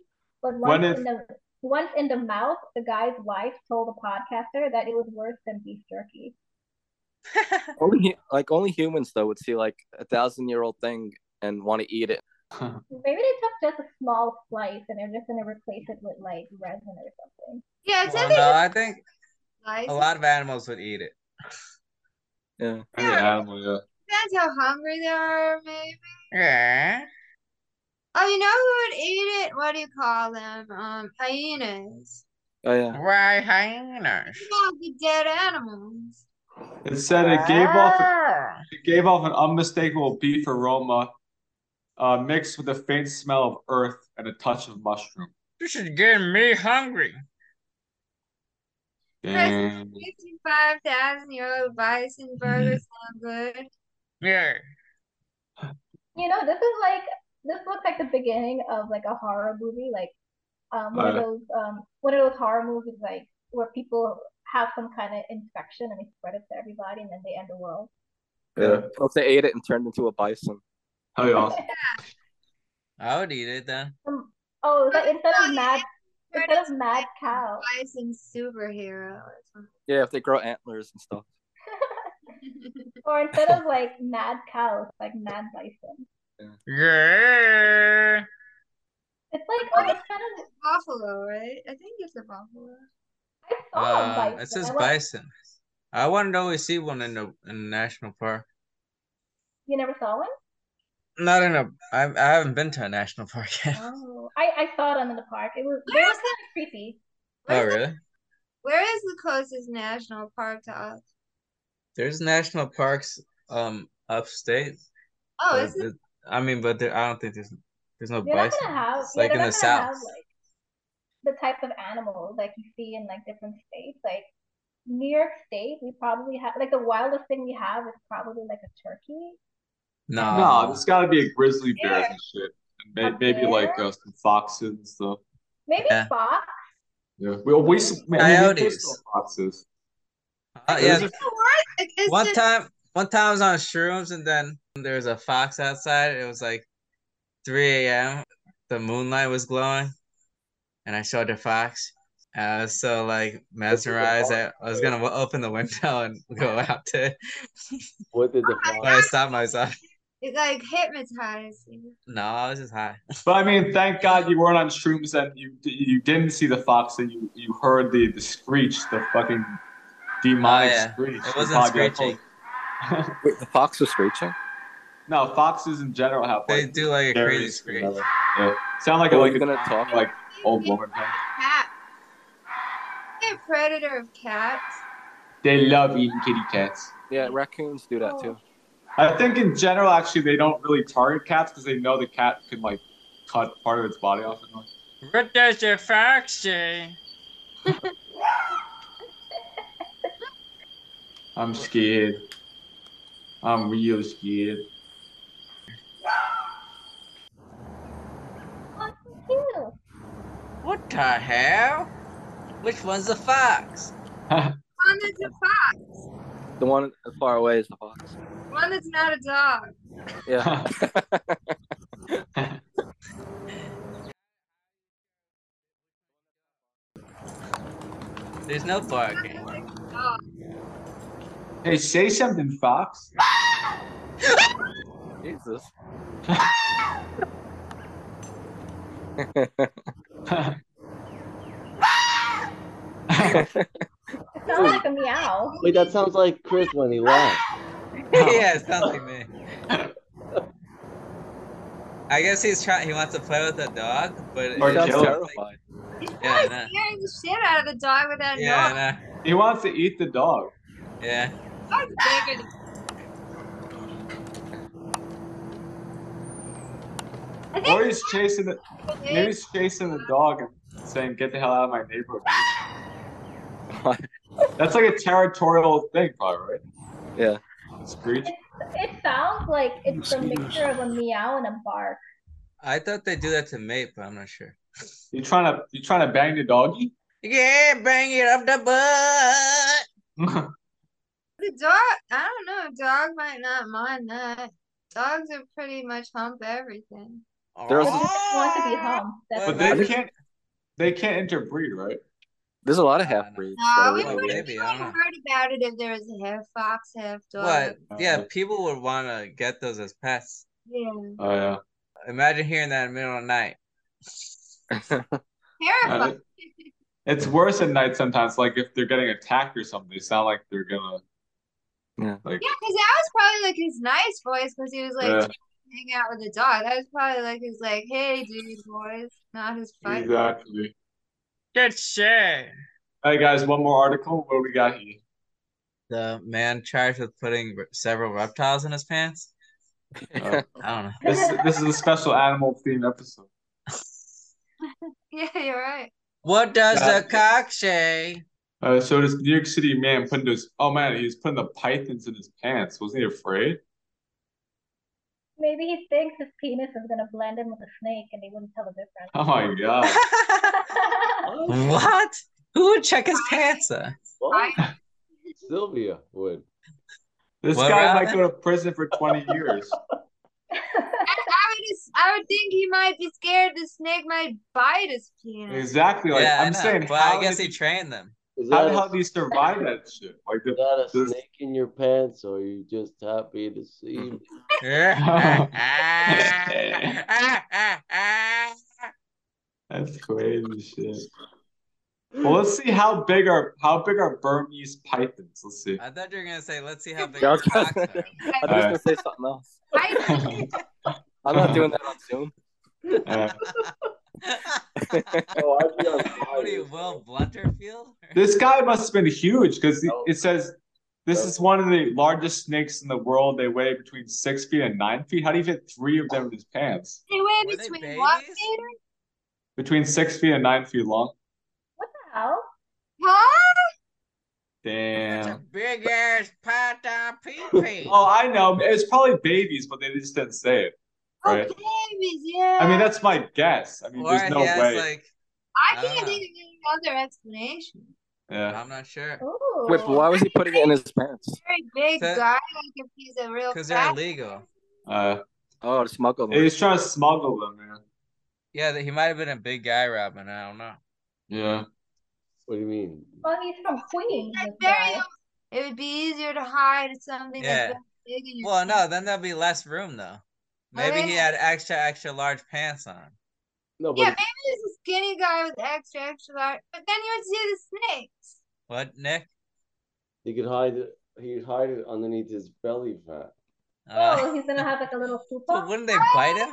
Speaker 4: but once
Speaker 2: When it-
Speaker 4: in the once in the mouth, the guy's wife told the podcaster that it was worse than beef jerky.
Speaker 5: Only hu- like only humans though would see like a thousand year old thing and want to eat it.
Speaker 4: Maybe they took just a small slice and they're just gonna replace it with like resin or something.
Speaker 3: Yeah, it's
Speaker 1: Well,
Speaker 3: well,
Speaker 1: no, I think
Speaker 3: slice.
Speaker 1: a lot of animals would eat it.
Speaker 5: Yeah.
Speaker 2: Any animal, yeah.
Speaker 3: Depends how hungry they are, maybe.
Speaker 1: Yeah.
Speaker 3: Oh, you know who would eat it? What do you call them? Um, hyenas.
Speaker 5: Oh yeah.
Speaker 1: Why hyenas?
Speaker 3: What about the dead animals?
Speaker 2: It said it gave
Speaker 3: Ah.
Speaker 2: off it gave off an unmistakable beef aroma, uh, mixed with a faint smell of earth and a touch of mushroom.
Speaker 1: This is getting me hungry.
Speaker 2: Damn.
Speaker 3: Fifty-five thousand year old bison burger sound good.
Speaker 1: Yeah.
Speaker 4: You know, this is like this looks like the beginning of like a horror movie, like um one of
Speaker 2: Uh.
Speaker 4: those um one of those horror movies like where people have some kind of infection and they spread it to everybody and then they end the world.
Speaker 5: yeah. Or if they ate it and turned into a bison.
Speaker 2: Oh, yeah.
Speaker 1: I would eat it then.
Speaker 4: Um, oh, it's like instead
Speaker 3: Oh,
Speaker 4: of mad
Speaker 3: yeah.
Speaker 4: instead of mad cow.
Speaker 3: Bison superhero. or something.
Speaker 5: Yeah, if they grow antlers and stuff.
Speaker 4: Or instead of like mad cow, it's like mad bison.
Speaker 1: Yeah.
Speaker 4: It's like oh, it's kind of
Speaker 3: Buffalo, right? I think it's a buffalo.
Speaker 4: I saw a
Speaker 1: Um,
Speaker 4: Oh, bison.
Speaker 1: it says
Speaker 4: I went-
Speaker 1: bison. I wanted to always see one in the in the national park.
Speaker 4: You never saw one?
Speaker 1: Not in a. I I haven't been to a national park yet.
Speaker 4: Oh, I, I saw it in the park. It was they
Speaker 3: Where
Speaker 4: were
Speaker 3: is
Speaker 4: kind of creepy.
Speaker 1: Oh
Speaker 3: Where's the-
Speaker 1: really?
Speaker 3: Where is the closest national park to us?
Speaker 1: There's national parks um upstate.
Speaker 3: Oh,
Speaker 1: but
Speaker 3: is it?
Speaker 1: it- I mean, but there, I don't think there's there's no
Speaker 4: They're not
Speaker 1: bison.
Speaker 4: gonna have
Speaker 1: It's
Speaker 4: yeah,
Speaker 1: like
Speaker 4: they're
Speaker 1: in the
Speaker 4: not gonna have
Speaker 1: south.
Speaker 4: like the types of animals like you see in like different states. Like New York State, we probably have like the wildest thing we have is probably like a turkey.
Speaker 1: No,
Speaker 2: No, there's got to be a grizzly bear and shit. And may-
Speaker 4: A
Speaker 2: maybe
Speaker 4: bear?
Speaker 2: like uh, some foxes and stuff.
Speaker 4: Maybe
Speaker 1: Yeah.
Speaker 4: fox.
Speaker 2: Yeah. We, we, we, we
Speaker 1: Coyotes.
Speaker 2: kissed on foxes.
Speaker 1: Uh, yeah.
Speaker 2: Those
Speaker 3: It- it's
Speaker 1: One
Speaker 3: just-
Speaker 1: time, one time I was on shrooms, and then there was a fox outside. It was like 3 a.m. The moonlight was glowing, and I showed the fox. And I was so like mesmerized. I, I was gonna open the window and go out to, it,
Speaker 7: What did
Speaker 4: Oh
Speaker 7: the
Speaker 1: but I stopped myself.
Speaker 3: It like hypnotized you.
Speaker 1: No, I was just high.
Speaker 2: But I mean, thank God you weren't on shrooms and you you didn't see the fox and you, you heard the, the screech, the fucking demonic
Speaker 1: Oh, yeah.
Speaker 2: screech.
Speaker 1: It
Speaker 2: You
Speaker 1: wasn't
Speaker 2: probably got
Speaker 1: screeching.
Speaker 2: cold.
Speaker 5: Wait, the fox was screeching.
Speaker 2: no, foxes in general have
Speaker 1: They
Speaker 2: like
Speaker 1: do like a
Speaker 2: very-
Speaker 1: crazy screech.
Speaker 2: yeah. sound like a,
Speaker 5: Oh,
Speaker 2: like
Speaker 5: you're
Speaker 2: a
Speaker 5: gonna talk
Speaker 2: like old
Speaker 3: You'd
Speaker 2: woman.
Speaker 3: be a Cat. You'd be a predator of cats.
Speaker 2: They love eating kitty cats.
Speaker 5: Yeah, raccoons do that too.
Speaker 2: I think in general, actually, they don't really target cats because they know the cat can like cut part of its body off. And, like,
Speaker 12: What does your fox say?
Speaker 2: I'm scared. I'm real scared.
Speaker 12: What the hell? Which one's the fox?
Speaker 3: One that's a fox.
Speaker 5: The one far away is the fox.
Speaker 3: One that's not a dog.
Speaker 5: Yeah.
Speaker 12: There's no barking.
Speaker 3: Dog.
Speaker 2: Hey, say something, Fox.
Speaker 5: Jesus.
Speaker 4: It sounds like a meow.
Speaker 7: Wait, that sounds like Chris when he laughs.
Speaker 1: yeah, it sounds like me. I guess he's trying. He wants to play with the dog, but it
Speaker 2: Or
Speaker 1: sounds
Speaker 2: kill it.
Speaker 1: terrifying.
Speaker 3: I'm
Speaker 1: Yeah,
Speaker 3: scaring the shit out of the dog with that
Speaker 1: nah, yeah,
Speaker 2: He wants to eat the dog.
Speaker 1: nah, yeah.
Speaker 3: noise. Dog's bigger than-
Speaker 2: Or he's chasing the maybe he's chasing the dog and saying, "Get the hell out of my neighborhood." That's like a territorial thing, probably,
Speaker 5: right? Yeah.
Speaker 2: Screech.
Speaker 4: It sounds like it's a mixture of a meow and a bark.
Speaker 1: I thought they do that to mate, but I'm not sure.
Speaker 2: You trying to you trying to bang the doggy?
Speaker 12: Yeah, bang it up the butt.
Speaker 3: The dog, I don't know. Dog might not mind that. Dogs are pretty much hump everything.
Speaker 5: There's-
Speaker 4: They just want to be home. That's
Speaker 2: But
Speaker 4: all.
Speaker 2: they can't they can't interbreed, right?
Speaker 5: There's a lot of half breeds.
Speaker 3: No, we
Speaker 1: Well,
Speaker 3: wouldn't
Speaker 1: maybe,
Speaker 3: be
Speaker 1: I
Speaker 3: like
Speaker 1: don't know.
Speaker 3: hard about it if there was a half fox, half dog.
Speaker 1: What? Yeah, people would want to get those as pets.
Speaker 3: Yeah.
Speaker 2: Oh yeah.
Speaker 1: Imagine hearing that in the middle of the night.
Speaker 3: Terrifying.
Speaker 2: It's worse at night sometimes. Like if they're getting attacked or something, they sound like they're gonna.
Speaker 5: Yeah.
Speaker 2: Like
Speaker 3: Yeah, because that was probably like his nice voice because he was like
Speaker 2: Yeah.
Speaker 3: trying to hang out with the dog. That was probably like his like, hey dude, boys, not his fight.
Speaker 2: exactly.
Speaker 12: Good shit.
Speaker 2: All right, guys. One more article. What do we got here?
Speaker 1: The man charged with putting re- several reptiles in his pants.
Speaker 2: Uh,
Speaker 1: I don't know.
Speaker 2: this this is a special animal themed episode.
Speaker 3: Yeah, you're right.
Speaker 12: What does
Speaker 2: Yeah.
Speaker 12: the cock say?
Speaker 2: Uh, so this New York City man put into his oh man, he's putting the pythons in his pants. Wasn't he afraid?
Speaker 4: Maybe he thinks his penis is gonna blend in with a snake, and they wouldn't tell the difference.
Speaker 2: Oh my god.
Speaker 1: What? Who would check his pants? uh?
Speaker 7: What? Sylvia would.
Speaker 2: This
Speaker 1: What
Speaker 2: guy
Speaker 1: about
Speaker 2: might go to prison for twenty years.
Speaker 3: I, I would just, I would think he might be scared the snake might bite his penis.
Speaker 2: exactly. Like
Speaker 1: yeah, I
Speaker 2: I'm
Speaker 1: know.
Speaker 2: saying,
Speaker 1: Well,
Speaker 2: how
Speaker 1: I guess
Speaker 2: did
Speaker 1: he trained them.
Speaker 7: Is
Speaker 2: how
Speaker 7: that,
Speaker 2: the hell
Speaker 7: a,
Speaker 2: do you survive that shit? Like
Speaker 7: is that a
Speaker 2: this-
Speaker 7: snake in your pants, or are you just happy to see me?
Speaker 2: That's crazy shit. Well, let's see how big are how big are Burmese pythons. Let's see.
Speaker 1: I thought you were gonna say, "Let's see how big
Speaker 5: Yeah, I
Speaker 1: your
Speaker 5: was gonna-
Speaker 1: cocks are."
Speaker 5: I was gonna say something else. I'm not doing that on Zoom.
Speaker 2: Uh,
Speaker 7: oh, I'd be on
Speaker 1: What are you,
Speaker 7: fire.
Speaker 1: Will Blunterfield?
Speaker 2: this guy must have been huge because
Speaker 7: Oh.
Speaker 2: it says this is one of the largest snakes in the world. They weigh between six feet and nine feet. How do you fit three of them in his pants?
Speaker 3: They weigh
Speaker 1: Were they
Speaker 3: between what
Speaker 1: babies?
Speaker 3: meter?
Speaker 2: Between six feet and nine feet long.
Speaker 4: What the hell?
Speaker 3: Huh?
Speaker 1: That's a
Speaker 2: Damn.
Speaker 12: Big ass python pee pee.
Speaker 2: Oh, I know. It's probably babies, but they just didn't say it. Right.
Speaker 3: Okay, babies, yeah.
Speaker 2: I mean, that's my guess. I mean,
Speaker 1: Or
Speaker 2: there's no
Speaker 1: he has
Speaker 2: way.
Speaker 1: like, I
Speaker 3: I can't
Speaker 2: Ah.
Speaker 1: dunno.
Speaker 3: think of any other explanation.
Speaker 2: yeah.
Speaker 1: I'm not sure,
Speaker 4: Ooh.
Speaker 5: Wait, but why was he putting it in his pants?
Speaker 3: Very big
Speaker 1: That-
Speaker 3: guy, like if he's a real
Speaker 1: cause they're
Speaker 3: fat.
Speaker 1: illegal.
Speaker 2: Uh,
Speaker 5: Oh, to smuggle them.
Speaker 2: he's trying to smuggle them, man.
Speaker 1: Yeah, that he might have been a big guy, Robin. I don't know.
Speaker 2: Yeah.
Speaker 7: What do you mean?
Speaker 4: Well, he's from Queens.
Speaker 3: Like
Speaker 4: this
Speaker 3: very,
Speaker 4: guy.
Speaker 3: it would be easier to hide something
Speaker 1: Yeah.
Speaker 3: that's very big in your
Speaker 1: Well, no, then there'll be less room though. Maybe he
Speaker 3: yeah.
Speaker 1: had extra, extra large pants on.
Speaker 7: No, but
Speaker 3: Yeah, maybe there's a skinny guy with extra extra large, but then you would see the snakes.
Speaker 1: What, Nick?
Speaker 7: he could hide it. He'd hide it underneath his belly fat.
Speaker 1: Uh,
Speaker 4: oh, he's gonna have like a little pupa.
Speaker 1: but wouldn't they bite him?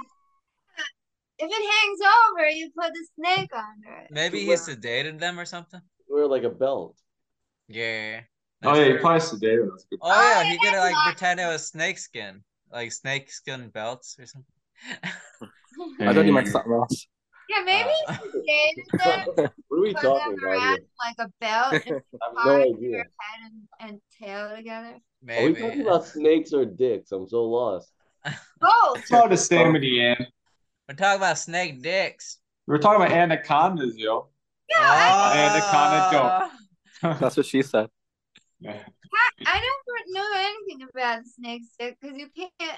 Speaker 3: If it hangs over, you put the snake under it.
Speaker 1: Maybe he sedated them or something.
Speaker 7: Wear like a belt.
Speaker 1: Yeah.
Speaker 2: Oh yeah, he probably sedated. That's a good.
Speaker 1: Oh yeah, he could like pretend it was snake skin, like snake skin belts or something.
Speaker 5: I thought you meant something else.
Speaker 3: Yeah, maybe uh, then.
Speaker 7: what are we
Speaker 3: Put
Speaker 7: talking
Speaker 3: them
Speaker 7: about here?
Speaker 3: around like a belt and
Speaker 7: have no
Speaker 3: bind
Speaker 7: idea.
Speaker 3: your head and, and tail together.
Speaker 7: Are we talking about snakes or dicks? I'm so lost.
Speaker 3: Oh,
Speaker 2: It's all the same in the end.
Speaker 1: We're talking about snake dicks.
Speaker 2: We're talking about anacondas, yo. Anaconda
Speaker 1: Uh.
Speaker 5: That's what she said.
Speaker 3: I don't know anything about snakes because you can't,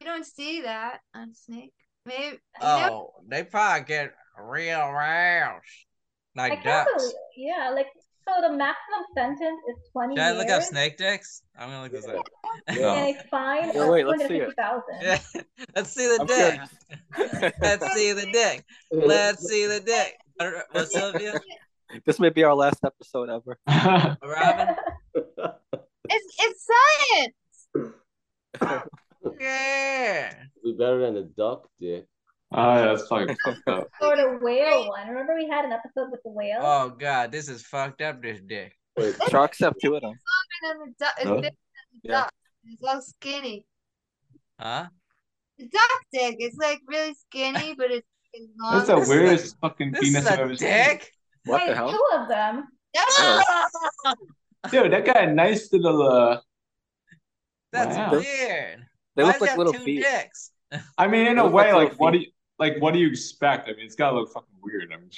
Speaker 3: you don't see that on snake. Maybe
Speaker 1: Oh, they probably get real roused,
Speaker 4: I
Speaker 1: like
Speaker 4: can't
Speaker 1: ducks.
Speaker 4: believe, yeah, like so the maximum sentence is twenty
Speaker 1: Should I look up
Speaker 4: years
Speaker 1: snake dicks? I'm gonna look this up.
Speaker 4: and a fine of
Speaker 1: Yeah, wait,
Speaker 4: two
Speaker 1: let's
Speaker 4: hundred
Speaker 1: see it.
Speaker 4: fifty thousand.
Speaker 1: Let's see the
Speaker 4: I'm
Speaker 1: dick. Let's see the dick. Let's see the dick. What's up,
Speaker 5: This may be our last episode ever.
Speaker 1: Robin?
Speaker 3: it's it's science.
Speaker 1: Yeah.
Speaker 7: We better than the duck dick.
Speaker 2: Oh yeah, that's fucking fucked up.
Speaker 4: Or the whale one. Remember we had an episode with the whale?
Speaker 1: Oh god, this is fucked up. This dick.
Speaker 7: Wait,
Speaker 5: sharks have two of them.
Speaker 3: Longer than the duck. It's
Speaker 1: Huh?
Speaker 3: bigger than the
Speaker 1: Yeah.
Speaker 3: duck. It's all skinny.
Speaker 1: Huh?
Speaker 3: The duck dick is like really skinny, but it's, it's long.
Speaker 2: That's the weirdest fucking
Speaker 1: this
Speaker 2: penis
Speaker 1: is a
Speaker 2: I've ever
Speaker 1: dick?
Speaker 2: seen.
Speaker 4: Wait, two of them.
Speaker 2: Dude, that guy had nice little. Uh,
Speaker 1: That's
Speaker 2: Wow.
Speaker 1: weird.
Speaker 2: They
Speaker 1: Why
Speaker 2: look
Speaker 1: does
Speaker 2: like
Speaker 1: it have
Speaker 2: little
Speaker 1: two
Speaker 2: feet.
Speaker 1: dicks?
Speaker 2: I mean, in
Speaker 1: It
Speaker 2: a
Speaker 1: looked
Speaker 2: way,
Speaker 1: like
Speaker 2: like what do you like? What do you expect? I mean, it's gotta look fucking weird. I mean,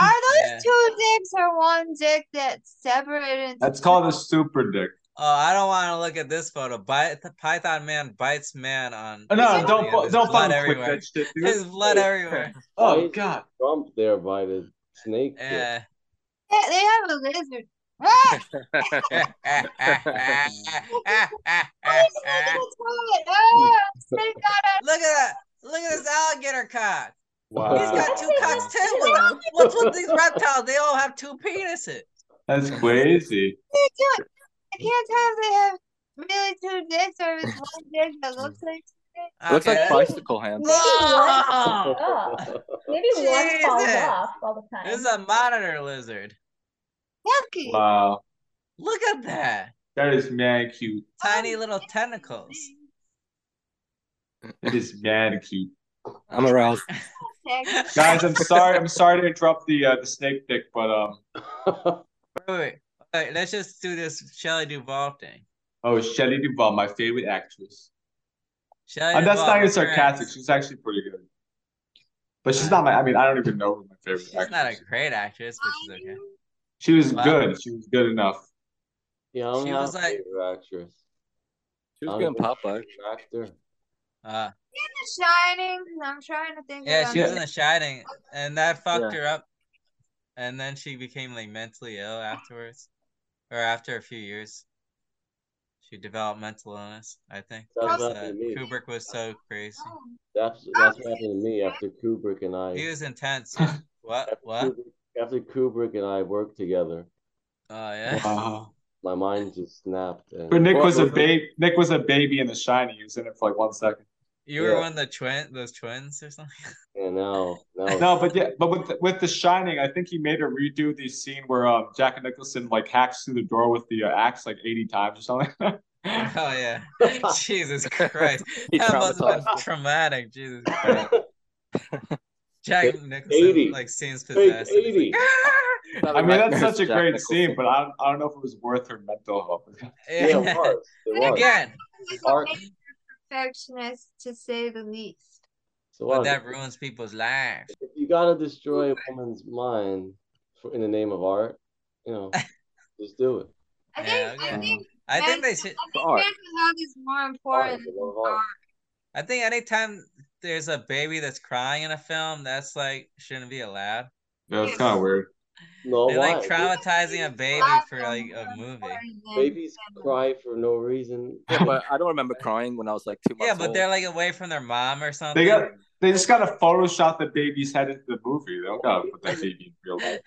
Speaker 3: Are those
Speaker 2: Yeah.
Speaker 3: two dicks or one dick that's separated? Into
Speaker 2: that's called a super dick.
Speaker 1: Oh, I don't want to look at this photo. Bite, Python man bites man on.
Speaker 2: Oh, no,
Speaker 1: social
Speaker 2: don't
Speaker 1: media.
Speaker 2: fu-
Speaker 1: There's
Speaker 2: don't
Speaker 1: blood
Speaker 2: fucking click
Speaker 1: everywhere.
Speaker 2: that shit, dude.
Speaker 1: There's blood everywhere.
Speaker 2: Oh,
Speaker 7: Why is Trump there by the snake. dick?
Speaker 1: Yeah.
Speaker 3: They, they have a lizard. What?
Speaker 1: Ah, Look at that! Look at this alligator cock. He's got two cocks too. What's, what's with these reptiles? They all have two penises.
Speaker 2: That's crazy.
Speaker 3: They do it. I can't tell if they have really two dicks or if it's one dick that looks like two dicks.
Speaker 1: Uh,
Speaker 5: It looks like
Speaker 1: Okay.
Speaker 5: bicycle hands.
Speaker 1: Whoa!
Speaker 4: Oh, maybe one falls
Speaker 1: Jesus.
Speaker 4: off all the time.
Speaker 1: This is a monitor lizard.
Speaker 3: Lucky.
Speaker 2: Wow,
Speaker 1: Look at that.
Speaker 2: that is mad cute.
Speaker 1: Tiny
Speaker 4: Oh,
Speaker 1: little tentacles.
Speaker 2: That is mad cute.
Speaker 5: I'm aroused.
Speaker 2: Guys, I'm sorry. I'm sorry to interrupt the uh, the snake dick, but um.
Speaker 1: Wait, wait, wait, let's just do this Shelley Duvall thing.
Speaker 2: Oh, Shelley Duvall, my favorite actress.
Speaker 1: Shelley
Speaker 2: And Uh, that's
Speaker 1: Duvall,
Speaker 2: not even
Speaker 1: her
Speaker 2: sarcastic. She's actually pretty good. But she's not my. I mean, I don't even know who my favorite
Speaker 1: She's
Speaker 2: actress.
Speaker 1: not a great actress, but she's okay.
Speaker 2: She was
Speaker 1: Wow.
Speaker 2: good. She was good enough.
Speaker 7: Yeah, I don't
Speaker 1: She
Speaker 7: have
Speaker 1: was
Speaker 7: a
Speaker 1: like-
Speaker 7: favorite actress.
Speaker 5: She
Speaker 1: was
Speaker 7: I'm
Speaker 1: good in
Speaker 7: just
Speaker 5: Popeye.
Speaker 7: an Actor.
Speaker 1: Uh,
Speaker 3: The Shining. 'cause I'm trying to think.
Speaker 1: yeah,
Speaker 3: of
Speaker 1: she was in
Speaker 3: another-
Speaker 1: The Shining, and that fucked
Speaker 5: Yeah.
Speaker 1: her up. And then she became like mentally ill afterwards, or after a few years, she developed mental illness. I think
Speaker 7: That's
Speaker 1: 'cause,
Speaker 7: what
Speaker 1: uh,
Speaker 7: I mean.
Speaker 1: Kubrick was so crazy.
Speaker 7: That's that's what happened to me after Kubrick and I.
Speaker 1: He was intense. yeah. what? What?
Speaker 7: Kubrick- after Kubrick and I worked together,
Speaker 1: Oh yeah.
Speaker 2: Wow.
Speaker 7: my mind just snapped. And,
Speaker 2: But Nick was a babe. Nick was a baby in The Shining. He was in it for like one second.
Speaker 1: You were
Speaker 7: Yeah.
Speaker 1: one of the twin, those twins or something.
Speaker 7: Yeah, now, now.
Speaker 2: No, but yeah, but with with The Shining, I think he made her redo the scene where um Jack Nicholson like hacks through the door with the uh, axe like eighty times or something.
Speaker 1: Oh yeah. Jesus Christ.
Speaker 5: He
Speaker 1: that must have been
Speaker 5: traumatized
Speaker 1: traumatic. Jesus Christ. Jack Nicholson
Speaker 7: 80.
Speaker 1: like seems
Speaker 7: Fake
Speaker 1: possessed. and he's
Speaker 7: 80.
Speaker 1: like, "Ah!"
Speaker 2: I mean, that's such a great scene, but I don't, I don't know if it was worth her mental health.
Speaker 7: yeah, it was. It was.
Speaker 1: Again.
Speaker 3: He's a
Speaker 7: Art.
Speaker 3: major perfectionist, to say the least.
Speaker 7: So
Speaker 1: But
Speaker 7: what?
Speaker 1: that ruins people's lives.
Speaker 7: If you gotta destroy a woman's mind for, in the name of art, you know, just do it.
Speaker 3: I
Speaker 1: Yeah,
Speaker 3: think.
Speaker 1: okay.
Speaker 3: I think.
Speaker 1: I think they
Speaker 3: mental-
Speaker 1: should
Speaker 3: I think mental health is more important.
Speaker 7: It's a
Speaker 3: than
Speaker 7: love of art.
Speaker 1: I think anytime there's a baby that's crying in a film, that's like shouldn't be allowed.
Speaker 2: Yeah, it's kind of weird.
Speaker 7: No,
Speaker 1: They're
Speaker 7: why?
Speaker 1: like traumatizing a baby for like a movie.
Speaker 7: Babies cry for no reason.
Speaker 5: Yeah, but I don't remember crying when I was like two months
Speaker 1: Yeah, but
Speaker 5: old.
Speaker 1: they're like away from their mom or something.
Speaker 2: They got they just gotta Photoshop the baby's head into the movie. They don't gotta put that baby in real life.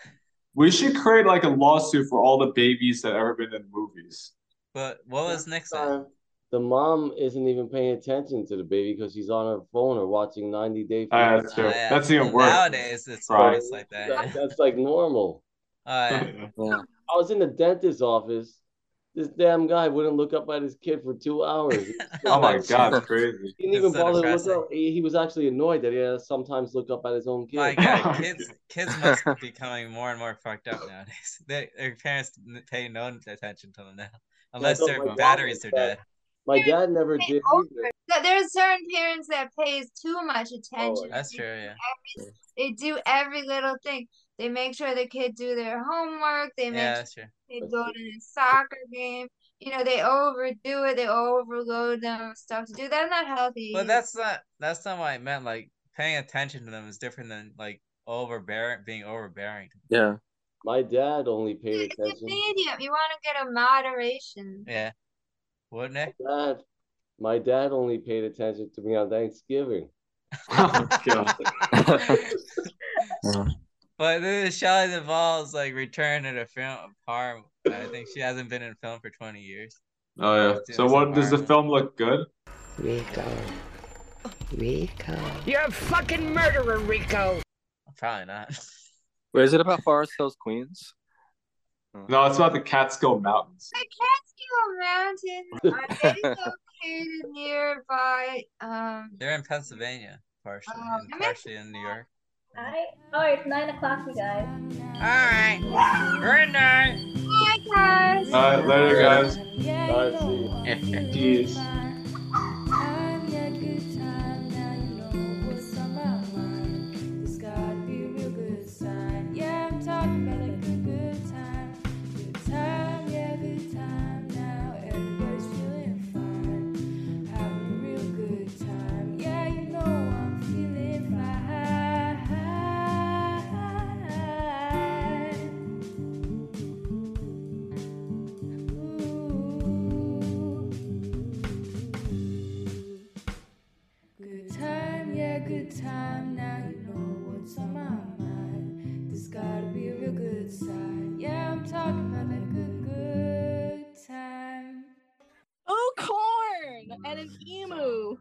Speaker 2: We should create like a lawsuit for all the babies that have ever been in movies.
Speaker 1: But what was Nixon?
Speaker 7: time, the mom isn't even paying attention to the baby because she's on her phone or watching 90 Day
Speaker 2: Ah,
Speaker 7: Fiancé.
Speaker 2: that's true. That's even worse.
Speaker 1: Nowadays, it's
Speaker 2: Right.
Speaker 1: worse like that.
Speaker 7: That- that's like normal.
Speaker 1: Uh, All right.
Speaker 7: I was in the dentist's office This damn guy wouldn't look up at his kid for two hours.
Speaker 11: Oh my God, it's crazy.
Speaker 7: He didn't even
Speaker 11: That's so
Speaker 7: bother to
Speaker 11: depressing.
Speaker 7: look up. He, he was actually annoyed that he had to sometimes look up at his own kid.
Speaker 1: My God, kids, kids must be becoming more and more fucked up nowadays. They, their parents n- pay no attention to them now, unless
Speaker 7: thought
Speaker 1: their
Speaker 7: my dad
Speaker 1: batteries are
Speaker 7: was
Speaker 1: dead.
Speaker 7: My dad never did either. Oh,
Speaker 3: That there's certain parents that pays too much attention.
Speaker 1: That's true. Yeah.
Speaker 3: They do every little thing. They make sure the kid do their homework. They make
Speaker 1: Yeah,
Speaker 3: sure
Speaker 1: that's true.
Speaker 3: they go to the soccer game. You know, they overdo it. They overload them with stuff to do. That's not healthy.
Speaker 1: But that's not that's not what I meant. Like paying attention to them is different than like overbearing, being overbearing.
Speaker 5: Yeah.
Speaker 7: My dad only paid
Speaker 3: It's a
Speaker 7: attention.
Speaker 3: medium. You want to get a moderation.
Speaker 1: Yeah. Wouldn't it?
Speaker 7: Dad, my dad only paid attention to me on Thanksgiving.
Speaker 11: Oh
Speaker 1: But the Shelly Duvall's like return to the film of harm. I think she hasn't been in film for twenty years.
Speaker 11: Oh yeah.
Speaker 1: Doing
Speaker 11: So
Speaker 1: some
Speaker 11: what does the
Speaker 1: harm.
Speaker 11: film look good?
Speaker 13: Rico. Rico.
Speaker 14: You're a fucking murderer, Rico.
Speaker 1: Probably not.
Speaker 5: Wait, is it about Forest Hills, Queens?
Speaker 11: No, it's about the Catskill Mountains.
Speaker 3: The Catskill Mountains are they located nearby? Um,
Speaker 1: They're in Pennsylvania, partially,
Speaker 4: Oh,
Speaker 1: and partially in New York.
Speaker 4: Alright, alright, it's nine o'clock, you guys.
Speaker 14: Alright. Good night.
Speaker 3: Bye, guys.
Speaker 11: All right, later, guys. Jeez.
Speaker 15: Yeah, I'm talking about a good, good time. Good time, yeah, good time now. Everybody's feeling fine. Having a real good time. Yeah, you know I'm feeling fine. Good time, yeah, good time. Now you know what's on my mind. There's gotta be a real good sign. Yeah, I'm talking about that good, good time.
Speaker 16: Oh, corn and an emu.